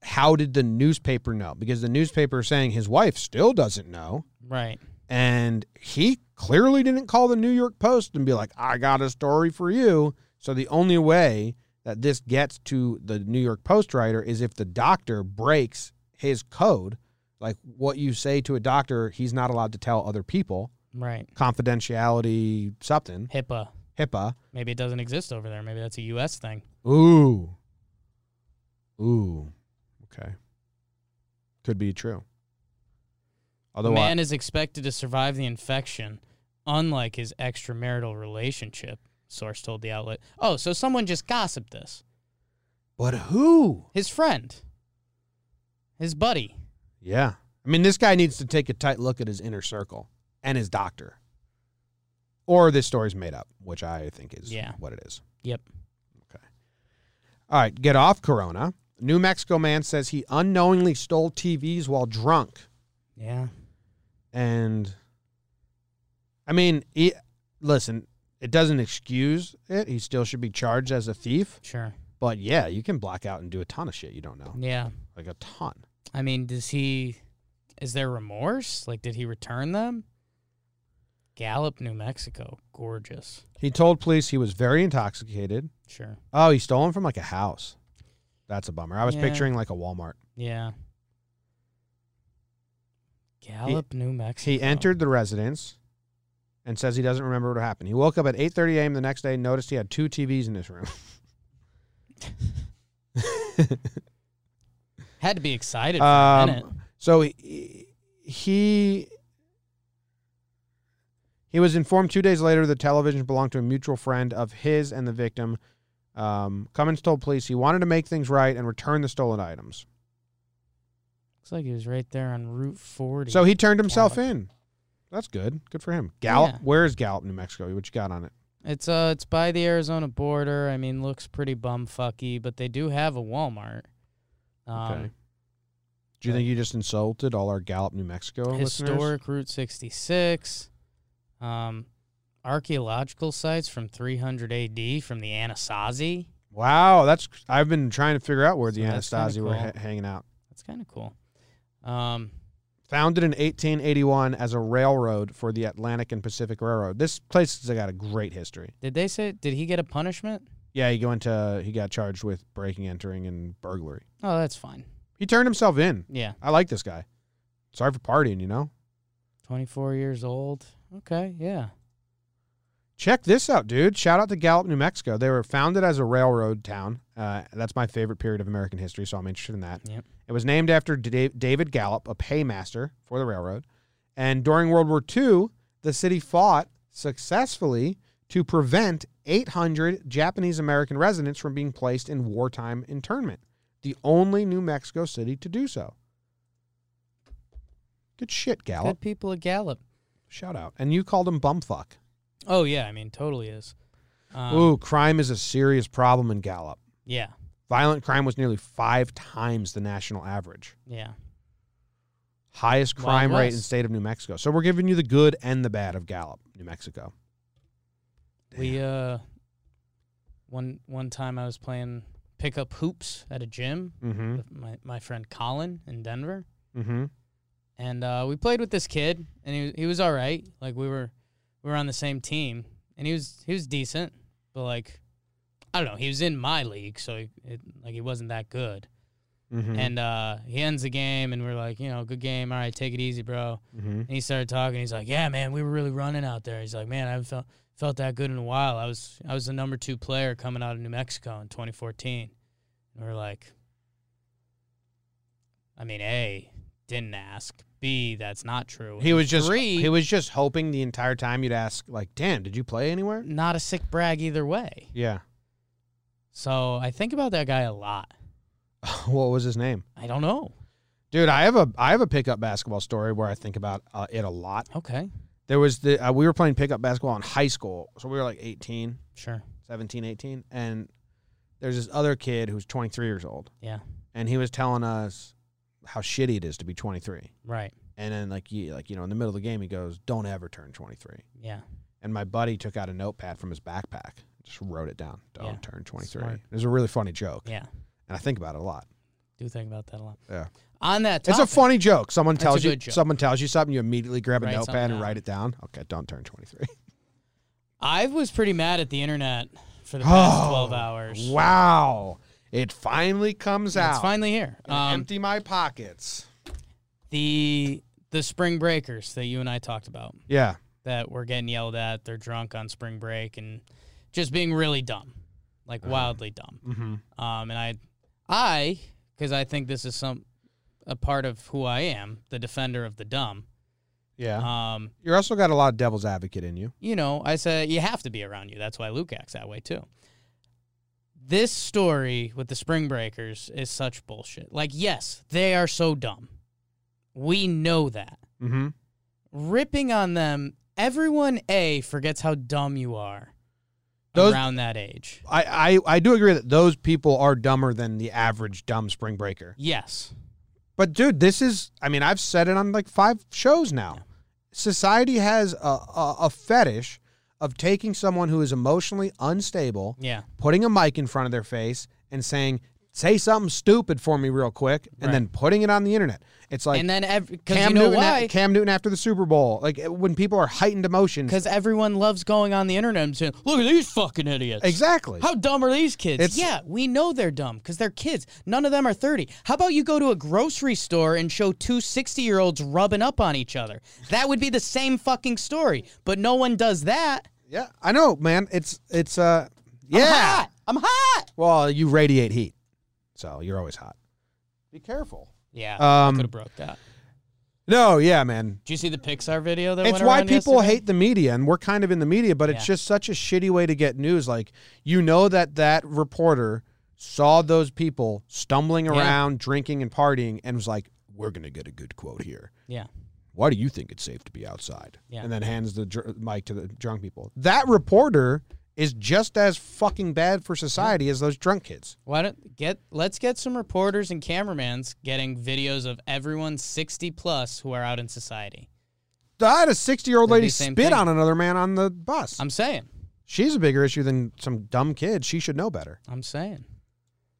S1: how did the newspaper know? Because the newspaper is saying his wife still doesn't know.
S2: right
S1: And he clearly didn't call the New York Post and be like, I got a story for you. So the only way that this gets to the New York Post writer is if the doctor breaks his code. Like what you say to a doctor, he's not allowed to tell other people.
S2: right
S1: Confidentiality, something,
S2: hipaa
S1: HIPAA.
S2: maybe it doesn't exist over there maybe that's a us thing
S1: Ooh. Ooh. Okay. Could be true.
S2: the
S1: Otherwise,
S2: man is expected to survive the infection unlike his extramarital relationship source told the outlet oh so someone just gossiped this
S1: but who?
S2: his friend his buddy
S1: Yeah. I mean, this guy needs to take a tight look at his inner circle and his doctor. Or this story's made up, which I think is
S2: Yeah.
S1: what it is.
S2: yep
S1: All right, get off Corona. New Mexico man says he unknowingly stole TVs while drunk.
S2: yeah
S1: and I mean, he, listen, it doesn't excuse it. He still should be charged as a thief,
S2: sure
S1: but yeah, you can black out and do a ton of shit you don't know,
S2: yeah
S1: like a ton.
S2: I mean, does he? Is there remorse? Like, did he return them? Gallup, New Mexico, gorgeous.
S1: He told police he was very intoxicated.
S2: Sure.
S1: Oh, he stole them from like a house. That's a bummer. I was
S2: Yeah.
S1: picturing like a Walmart.
S2: Yeah. Gallup, New Mexico.
S1: He entered the residence and says he doesn't remember what happened. He woke up at 8:30 a.m. the next day and noticed he had two TVs in his room.
S2: Had to be excited for a minute.
S1: Um, so he, he he was informed two days later the television belonged to a mutual friend of his and the victim. Um, Cummins told police he wanted to make things right and return the stolen items.
S2: Looks like he was right there on Route 40.
S1: So he turned himself
S2: Gallup.
S1: in. That's good. Good for him. Gallup.
S2: Yeah.
S1: Where is Gallup, New Mexico? What you got on it?
S2: it's uh, it's by the Arizona border. I mean, looks pretty bumfucky, but they do have a Walmart. Um, uh,
S1: Okay. Do you think you just insulted all our Gallup, New Mexico listeners?
S2: historic Route 66, um, archaeological sites from 300 AD from the Anasazi.
S1: Wow, that's I've been trying to figure out where the
S2: So that's kinda
S1: Anastasi were
S2: cool.
S1: ha- hanging out.
S2: That's kind of cool. Um,
S1: founded in 1881 as a railroad for the Atlantic and Pacific Railroad. This place has got a great history.
S2: did they say? Did he get a punishment?
S1: Yeah, he went to he got charged with breaking, entering, and burglary.
S2: Oh, that's fine.
S1: He turned himself in.
S2: Yeah,
S1: I like this guy. Sorry for partying, you know.
S2: 24 years old. Okay, yeah.
S1: Check this out, dude. Shout out to Gallup, New Mexico. They were founded as a railroad town. Uh, that's my favorite period of American history, so I'm interested in that.
S2: Yep.
S1: It was named after Da- David Gallup, a paymaster for the railroad. And during World War II, the city fought successfully to prevent 800 Japanese American residents from being placed in wartime internment, the only New Mexico city to do so. Good shit, Gallup.
S2: Good people at Gallup.
S1: Shout out. And you called him bumfuck.
S2: Oh yeah, I mean totally is. Um,
S1: Ooh, crime is a serious problem in Gallup.
S2: Yeah,
S1: Violent crime was nearly five times the national average.
S2: yeah.
S1: Highest
S2: Wild
S1: crime rate in the
S2: West.
S1: state of New Mexico. So we're giving you the good and the bad of Gallup, New Mexico.
S2: We uh, one one time I was playing pickup hoops at a gym
S1: Mm-hmm.
S2: with my my friend Colin in Denver.
S1: Mm-hmm.
S2: and uh, we played with this kid, and he he was all right. Like we were we were on the same team, and he was he was decent, but like I don't know, he was in my league, so he, it, like he wasn't that good.
S1: Mm-hmm.
S2: And uh, he ends the game, and we're like, you know, good game, all right, take it easy, bro.
S1: mm-hmm.
S2: And he started talking. He's like, yeah, man, we were really running out there. He's like, man, I haven't felt felt that good in a while. I was I was the number two player coming out of New Mexico in 2014, and we're like, I mean, a didn't ask. B, that's not true.
S1: He was just
S2: Three-
S1: he was just hoping the entire time you'd ask, like, damn, did you play anywhere?
S2: not a sick brag either way.
S1: Yeah.
S2: So I think about that guy a lot.
S1: <laughs> what was his name?
S2: I don't know.
S1: Dude, I have a I have a pickup basketball story where I think about uh, it a lot.
S2: Okay,
S1: There was the uh, we were playing pickup basketball in high school, so we were like 18.
S2: sure.
S1: 17, 18. And there's this other kid who's 23 years old.
S2: Yeah.
S1: And he was telling us how shitty it is to be 23.
S2: Right.
S1: And then, like, you, like you know, in the middle of the game, he goes, Don't ever turn 23.
S2: Yeah.
S1: And my buddy took out a notepad from his backpack, just wrote it down. Don't
S2: Yeah.
S1: turn 23.
S2: Smart.
S1: It was a really funny joke.
S2: Yeah.
S1: And I think about it a lot.
S2: Do think about that a lot.
S1: Yeah.
S2: On that
S1: It's
S2: topic,
S1: a funny joke. Someone
S2: That's a
S1: tells you
S2: good joke.
S1: someone tells you something, you immediately grab a
S2: Write something
S1: notepad and
S2: down.
S1: write it down. Okay, don't turn 23.
S2: I was pretty mad at the internet for the
S1: <laughs>
S2: past
S1: Oh,
S2: 12 hours.
S1: Wow. It finally comes out.
S2: It's finally here.
S1: Gonna
S2: Um,
S1: empty my pockets.
S2: the the spring breakers that you and I talked about
S1: Yeah.
S2: that were getting yelled at. They're drunk on spring break and just being really dumb, like
S1: Uh-huh.
S2: wildly dumb.
S1: Mm-hmm.
S2: Um, and I, I, because I think this is some a part of who I am, the defender of the dumb.
S1: Yeah.
S2: Um,
S1: You're also got a lot of devil's advocate in you.
S2: you know, I said you have to be around you. That's why Luke acts that way too. This story with the spring breakers is such bullshit. Like, yes, they are so dumb. We know that.
S1: Mm-hmm.
S2: ripping on them. Everyone a forgets how dumb you are
S1: Those-
S2: around that age.
S1: I, I, I do agree that those people are dumber than the average dumb spring breaker.
S2: Yes,
S1: But dude, this is I mean, I've said it on like five shows now. Society has a, a, a fetish of taking someone who is emotionally unstable,
S2: yeah,
S1: putting a mic in front of their face and saying, Say something stupid for me real quick, and
S2: Right.
S1: then putting it on the internet. It's like
S2: and then because
S1: Cam
S2: you know
S1: Newton a-
S2: why?
S1: Cam Newton after the Super Bowl. Like when people are heightened emotions.
S2: Because everyone loves going on the internet and saying, "Look at these fucking idiots."
S1: Exactly.
S2: How dumb are these kids?
S1: It's-
S2: yeah, we know they're dumb because they're kids. None of them are 30. How about you go to a grocery store and show two 60 year olds rubbing up on each other? That would be the same fucking story, but no one does that.
S1: Yeah, I know, man. It's it's uh yeah.
S2: I'm hot. I'm hot.
S1: Well, you radiate heat, so you're always hot. Be careful.
S2: Yeah. I
S1: Um,
S2: could have broke that.
S1: No, yeah, man.
S2: Did you see the Pixar video that
S1: It's
S2: went
S1: why
S2: around
S1: people
S2: yesterday?
S1: hate the media, and we're kind of in the media, but it's
S2: Yeah.
S1: just such a shitty way to get news. Like you know that that reporter saw those people stumbling
S2: Yeah.
S1: around, drinking and partying, and was like, "We're gonna get a good quote here."
S2: Yeah.
S1: why do you think it's safe to be outside?
S2: Yeah.
S1: And then hands the dr- mic to the drunk people. That reporter is just as fucking bad for society as those drunk kids.
S2: Why don't get let's get some reporters and cameramans getting videos of everyone 60 plus who are out in society.
S1: I had a 60 year old
S2: That'd
S1: lady
S2: be same
S1: spit
S2: thing.
S1: on another man on the bus.
S2: I'm saying.
S1: She's a bigger issue than some dumb kid. She should know better.
S2: I'm saying.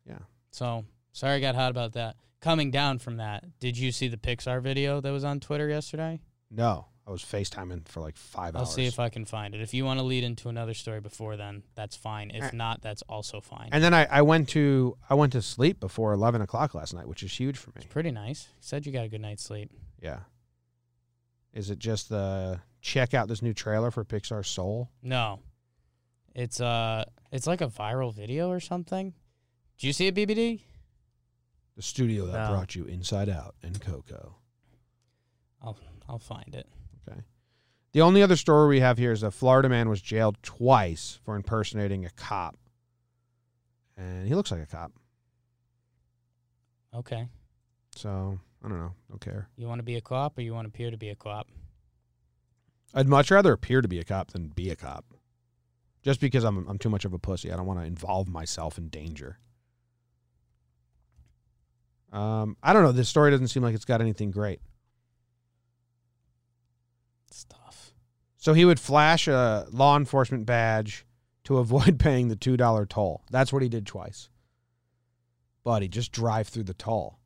S1: Yeah.
S2: So, sorry I got hot about that. Coming down from that, did you see the Pixar video that was on Twitter yesterday?
S1: No, I was FaceTiming for like 5
S2: I'll
S1: hours.
S2: see if I can find it. If you want to lead into another story before then, that's fine. If not, that's also fine.
S1: and then I, I went to I went to sleep before 11 o'clock last night, which is huge for me.
S2: Pretty nice. Said you got a good night's sleep.
S1: Yeah. Is it just the check out this new trailer for Pixar Soul?
S2: No. It's uh, it's like a viral video or something. Do you see it, BBD?
S1: The studio that
S3: No.
S1: brought you Inside Out and Coco.
S2: I'll I'll find it.
S1: Okay. The only other story we have here is a Florida man was jailed twice for impersonating a cop. And he looks like a cop.
S2: Okay.
S1: So, I don't know. Don't care.
S2: You want to be a cop or you want to appear to be a cop?
S1: I'd much rather appear to be a cop than be a cop. Just because I'm, I'm too much of a pussy. I don't want to involve myself in danger. Um, I don't know. This story doesn't seem like it's got anything great.
S2: It's tough.
S1: So he would flash a law enforcement badge to avoid <laughs> paying the $2 toll. That's what he did twice. Buddy, just drive through the toll.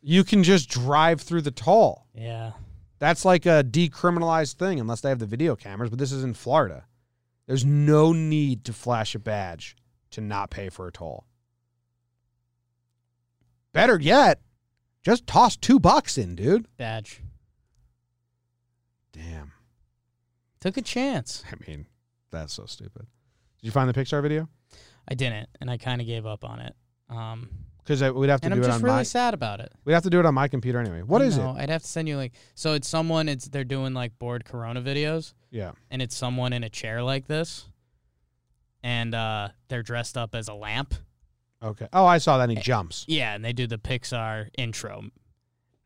S1: you can just drive through the toll.
S2: Yeah.
S1: That's like a decriminalized thing unless they have the video cameras, but this is in Florida. There's no need to flash a badge to not pay for a toll. Better yet, just toss 2 bucks in, dude.
S2: Badge.
S1: Damn. <laughs>
S2: Took a chance.
S1: I mean, that's so stupid. Did you find the Pixar video?
S2: I didn't, and I kind of gave up on it. Um,
S1: Because we'd have to
S2: and
S1: do
S2: I'm
S1: it
S2: just
S1: on
S2: really
S1: my.
S2: sad about it.
S1: We'd have to do it on my computer anyway. What
S2: I
S1: is
S2: know,
S1: it?
S2: I'd have to send you like so it's someone it's they're doing like bored corona videos
S1: Yeah.
S2: and it's someone in a chair like this and uh they're dressed up as a lamp.
S1: Okay. Oh, I saw that. And he jumps.
S2: Yeah, and they do the Pixar intro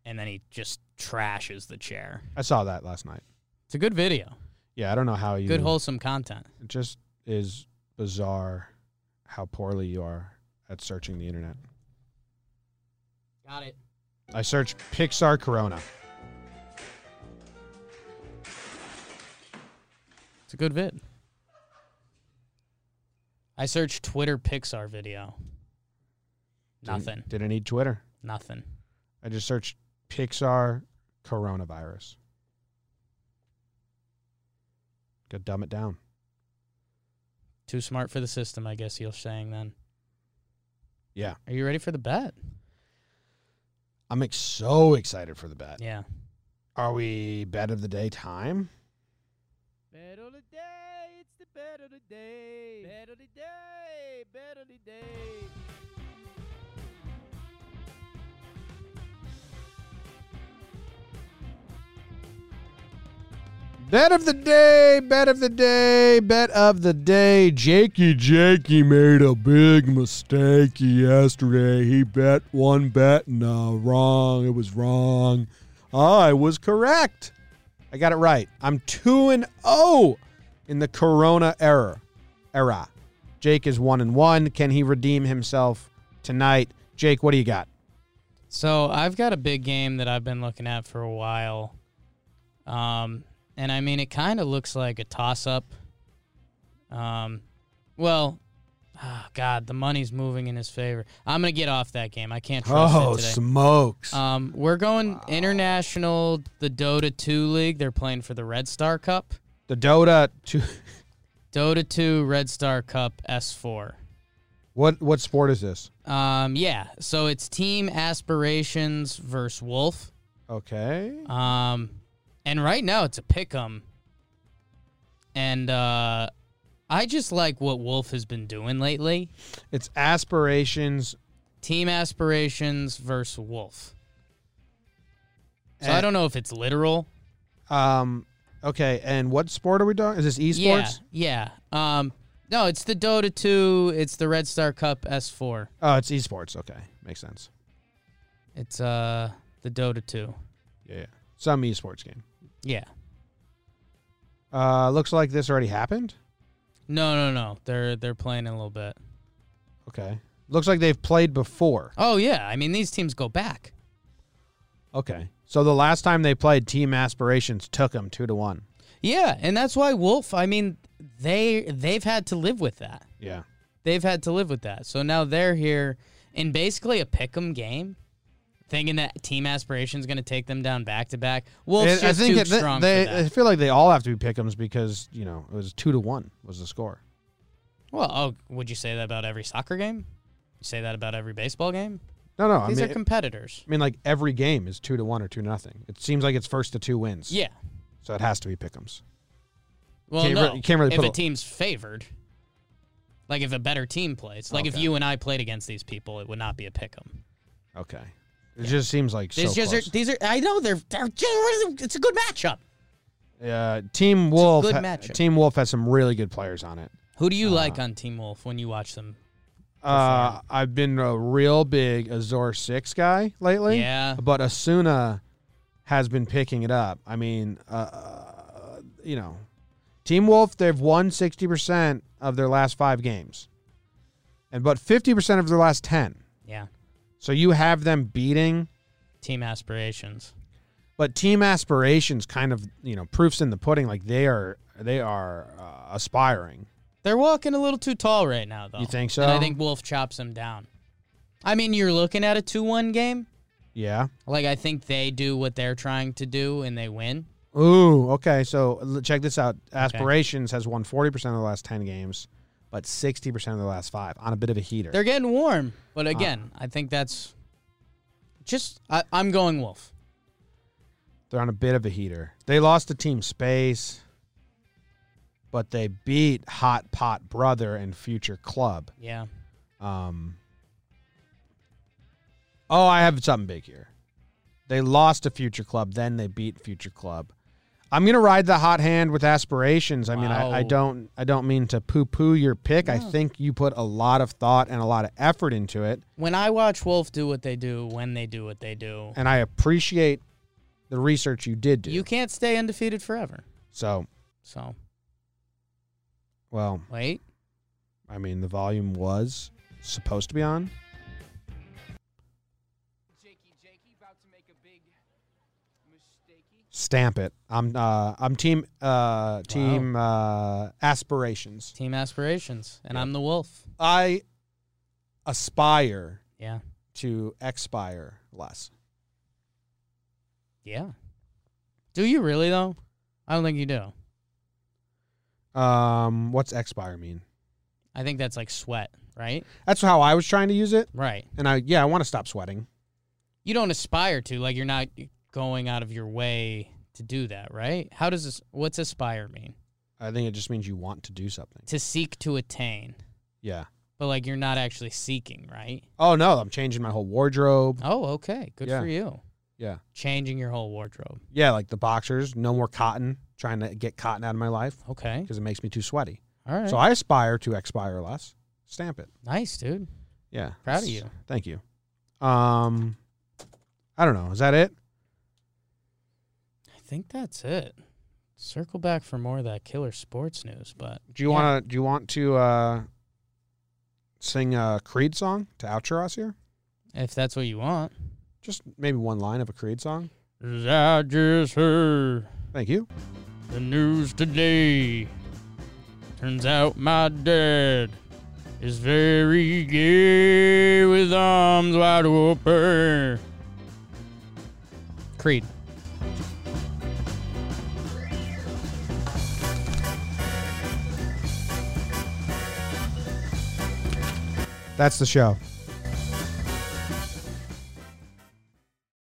S2: and then he just trashes the chair.
S1: I saw that last night.
S2: It's a good video.
S1: Yeah, I don't know how you.
S2: Good wholesome content.
S1: It just is bizarre how poorly you are at searching the internet.
S2: Got it.
S1: I searched Pixar Corona.
S2: It's a good vid. I searched Twitter Pixar video.
S1: Didn't-
S2: Nothing.
S1: Didn't need Twitter.
S2: Nothing.
S1: I just searched Pixar coronavirus. Go dumb it down.
S2: Too smart for the system, I guess you're saying then.
S1: Yeah.
S2: Are you ready for the bet?
S1: I'm ex- so excited for the bet.
S2: Yeah.
S1: Are we bet of the day time?
S3: Bet of the day, it's the bet of the day. Bet of the day, bet of the day.
S1: Bet of the day, bet of the day, bet of the day. Jakey Jakey made a big mistake yesterday. He bet one bet and uh, wrong. It was wrong. I was correct. I got it right. I'm 2 and 0 in the Corona era. Era. Jake is 1 and 1. Can he redeem himself tonight? Jake, what do you got?
S2: So I've got a big game that I've been looking at for a while. Um, and I mean, it kind of looks like a toss up. Um, well, oh God, the money's moving in his favor. I'm going to get off that game. I can't trust
S1: Oh,
S2: it today.
S1: smokes.
S2: Um, we're going international, the Dota 2 League. They're playing for the Red Star Cup.
S1: the Dota 2
S2: Dota 2 Red Star Cup S4.
S1: <laughs> What what sport is this?
S2: Um, yeah, so it's Team Aspirations versus Wolf.
S1: Okay.
S2: Um, and right now it's a pick 'em. And uh, I just like what Wolf has been doing lately.
S1: It's aspirations.
S2: Team aspirations versus Wolf. So I
S1: And-
S2: don't know if it's literal.
S1: Um, okay, and what sport are we doing? Is this esports?
S2: Yeah, yeah. Um, no, it's the Dota 2. It's the Red Star Cup S4.
S1: Oh, it's esports. Okay, makes sense.
S2: It's uh the Dota 2.
S1: Yeah, yeah. some esports game.
S2: Yeah.
S1: Uh, looks like this already happened.
S2: No, no, no. They're they're playing in a little bit.
S1: Okay, looks like they've played before.
S2: Oh yeah. I mean these teams go back.
S1: Okay, so the last time they played, Team Aspirations took them two to one.
S2: Yeah, and that's why Wolf. I mean, they they've had to live with that.
S1: Yeah,
S2: They've had to live with that. So now they're here in basically a pick 'em game, thinking that team aspiration's going to take them down back to back. Wolf's
S1: And
S2: just too
S1: it-
S2: strong
S1: they. uh,
S2: for
S1: I
S2: that.
S1: feel like they all have to be pickums because you know it was two to one was the score.
S2: well, oh, would you say that about every soccer game? You say that about every baseball game?
S1: No, no,
S2: These
S1: I mean,
S2: are competitors.
S1: I mean like every game is two to one or two nothing. It seems like it's first to two wins.
S2: Yeah.
S1: so it has to be pickums.
S2: Well,
S1: Can't
S2: no.
S1: re- you can't really
S2: if
S1: put
S2: a
S1: a-
S2: team's favored, like if a better team plays, like if
S1: Okay.
S2: you and I played against these people, it would not be a pick 'em.
S1: Okay. It just seems like so
S2: These just
S1: close.
S2: are, these are. I know they're. they're just, it's a good matchup.
S1: Uh, Team Wolf.
S2: good
S1: ha-
S2: matchup.
S1: Team Wolf has some really good players on it.
S2: Who do you like on Team Wolf when you watch them?
S1: Uh, I've been a real big Azor Six guy lately.
S2: Yeah.
S1: But Asuna has been picking it up. I mean, uh, uh, you know, Team Wolf they've won sixty percent of their last five games, and but fifty percent of their last ten.
S2: Yeah,
S1: So you have them beating,
S2: team aspirations.
S1: but Team Aspirations kind of you know proofs in the pudding. Like they are they are uh, aspiring.
S2: They're walking a little too tall right now, though.
S1: You think
S2: And I
S1: so?
S2: think Wolf chops them down. I mean, you're looking at a two-one game.
S1: Yeah.
S2: Like I think they do what they're trying to do and they win.
S1: Ooh, okay. So l- check this out. Aspirations has won 40% of the last 10 games, but 60% of the last five on a bit of a heater.
S2: They're getting warm, but
S1: Uh-huh.
S2: again, I think that's just I, I'm going Wolf.
S1: They're on a bit of a heater. They lost to Team Space, but they beat Hot Pot Brother and Future Club.
S2: Yeah.
S1: Um, oh, I have something big here. They lost to Future Club, then they beat Future Club. I'm gonna ride the hot hand with aspirations. I mean, I, I
S2: Wow.
S1: don't, I don't mean to poo-poo your pick. I think you put a lot of thought and a lot of effort into it,
S2: When I watch Wolf do what they do, when they do what they do,
S1: and I appreciate the research you did do.
S2: you can't stay undefeated forever.
S1: so,
S2: So
S1: well,
S2: wait,
S1: I mean, the volume was supposed to be on. Stamp it. I'm uh I'm team uh team uh aspirations.
S2: team aspirations, and I'm the Wolf.
S1: I aspire
S2: Yeah.
S1: to expire less.
S2: Yeah. Do you really though? I don't think you do.
S1: Um what's expire mean?
S2: I think that's like sweat, right?
S1: That's how I was trying to use it.
S2: Right.
S1: And I yeah, I want to stop sweating.
S2: you don't aspire to like you're not going out of your way to do that right how does this what's aspire mean
S1: I think it just means you want to do something.
S2: to seek to attain
S1: Yeah.
S2: but like you're not actually seeking right
S1: Oh no, I'm changing my whole wardrobe.
S2: oh okay good
S1: Yeah.
S2: for you
S1: Yeah.
S2: changing your whole wardrobe
S1: Yeah, like the boxers, no more cotton, trying to get cotton out of my life
S2: okay
S1: because it makes me too sweaty.
S2: all right
S1: So I aspire to expire less. Stamp it.
S2: nice dude
S1: Yeah.
S2: Proud of
S1: It's-
S2: you.
S1: Thank you. Um I don't know. Is that it?
S2: i think that's it circle back for more of that killer sports news but
S1: Do you
S2: Yeah.
S1: want to do you want to uh sing a Creed song to outro us here?
S2: if that's what you want
S1: Just maybe one line of a Creed song.
S2: i just heard
S1: Thank you.
S2: The news today turns out my dad is very gay with arms wide open. Creed.
S1: That's the show.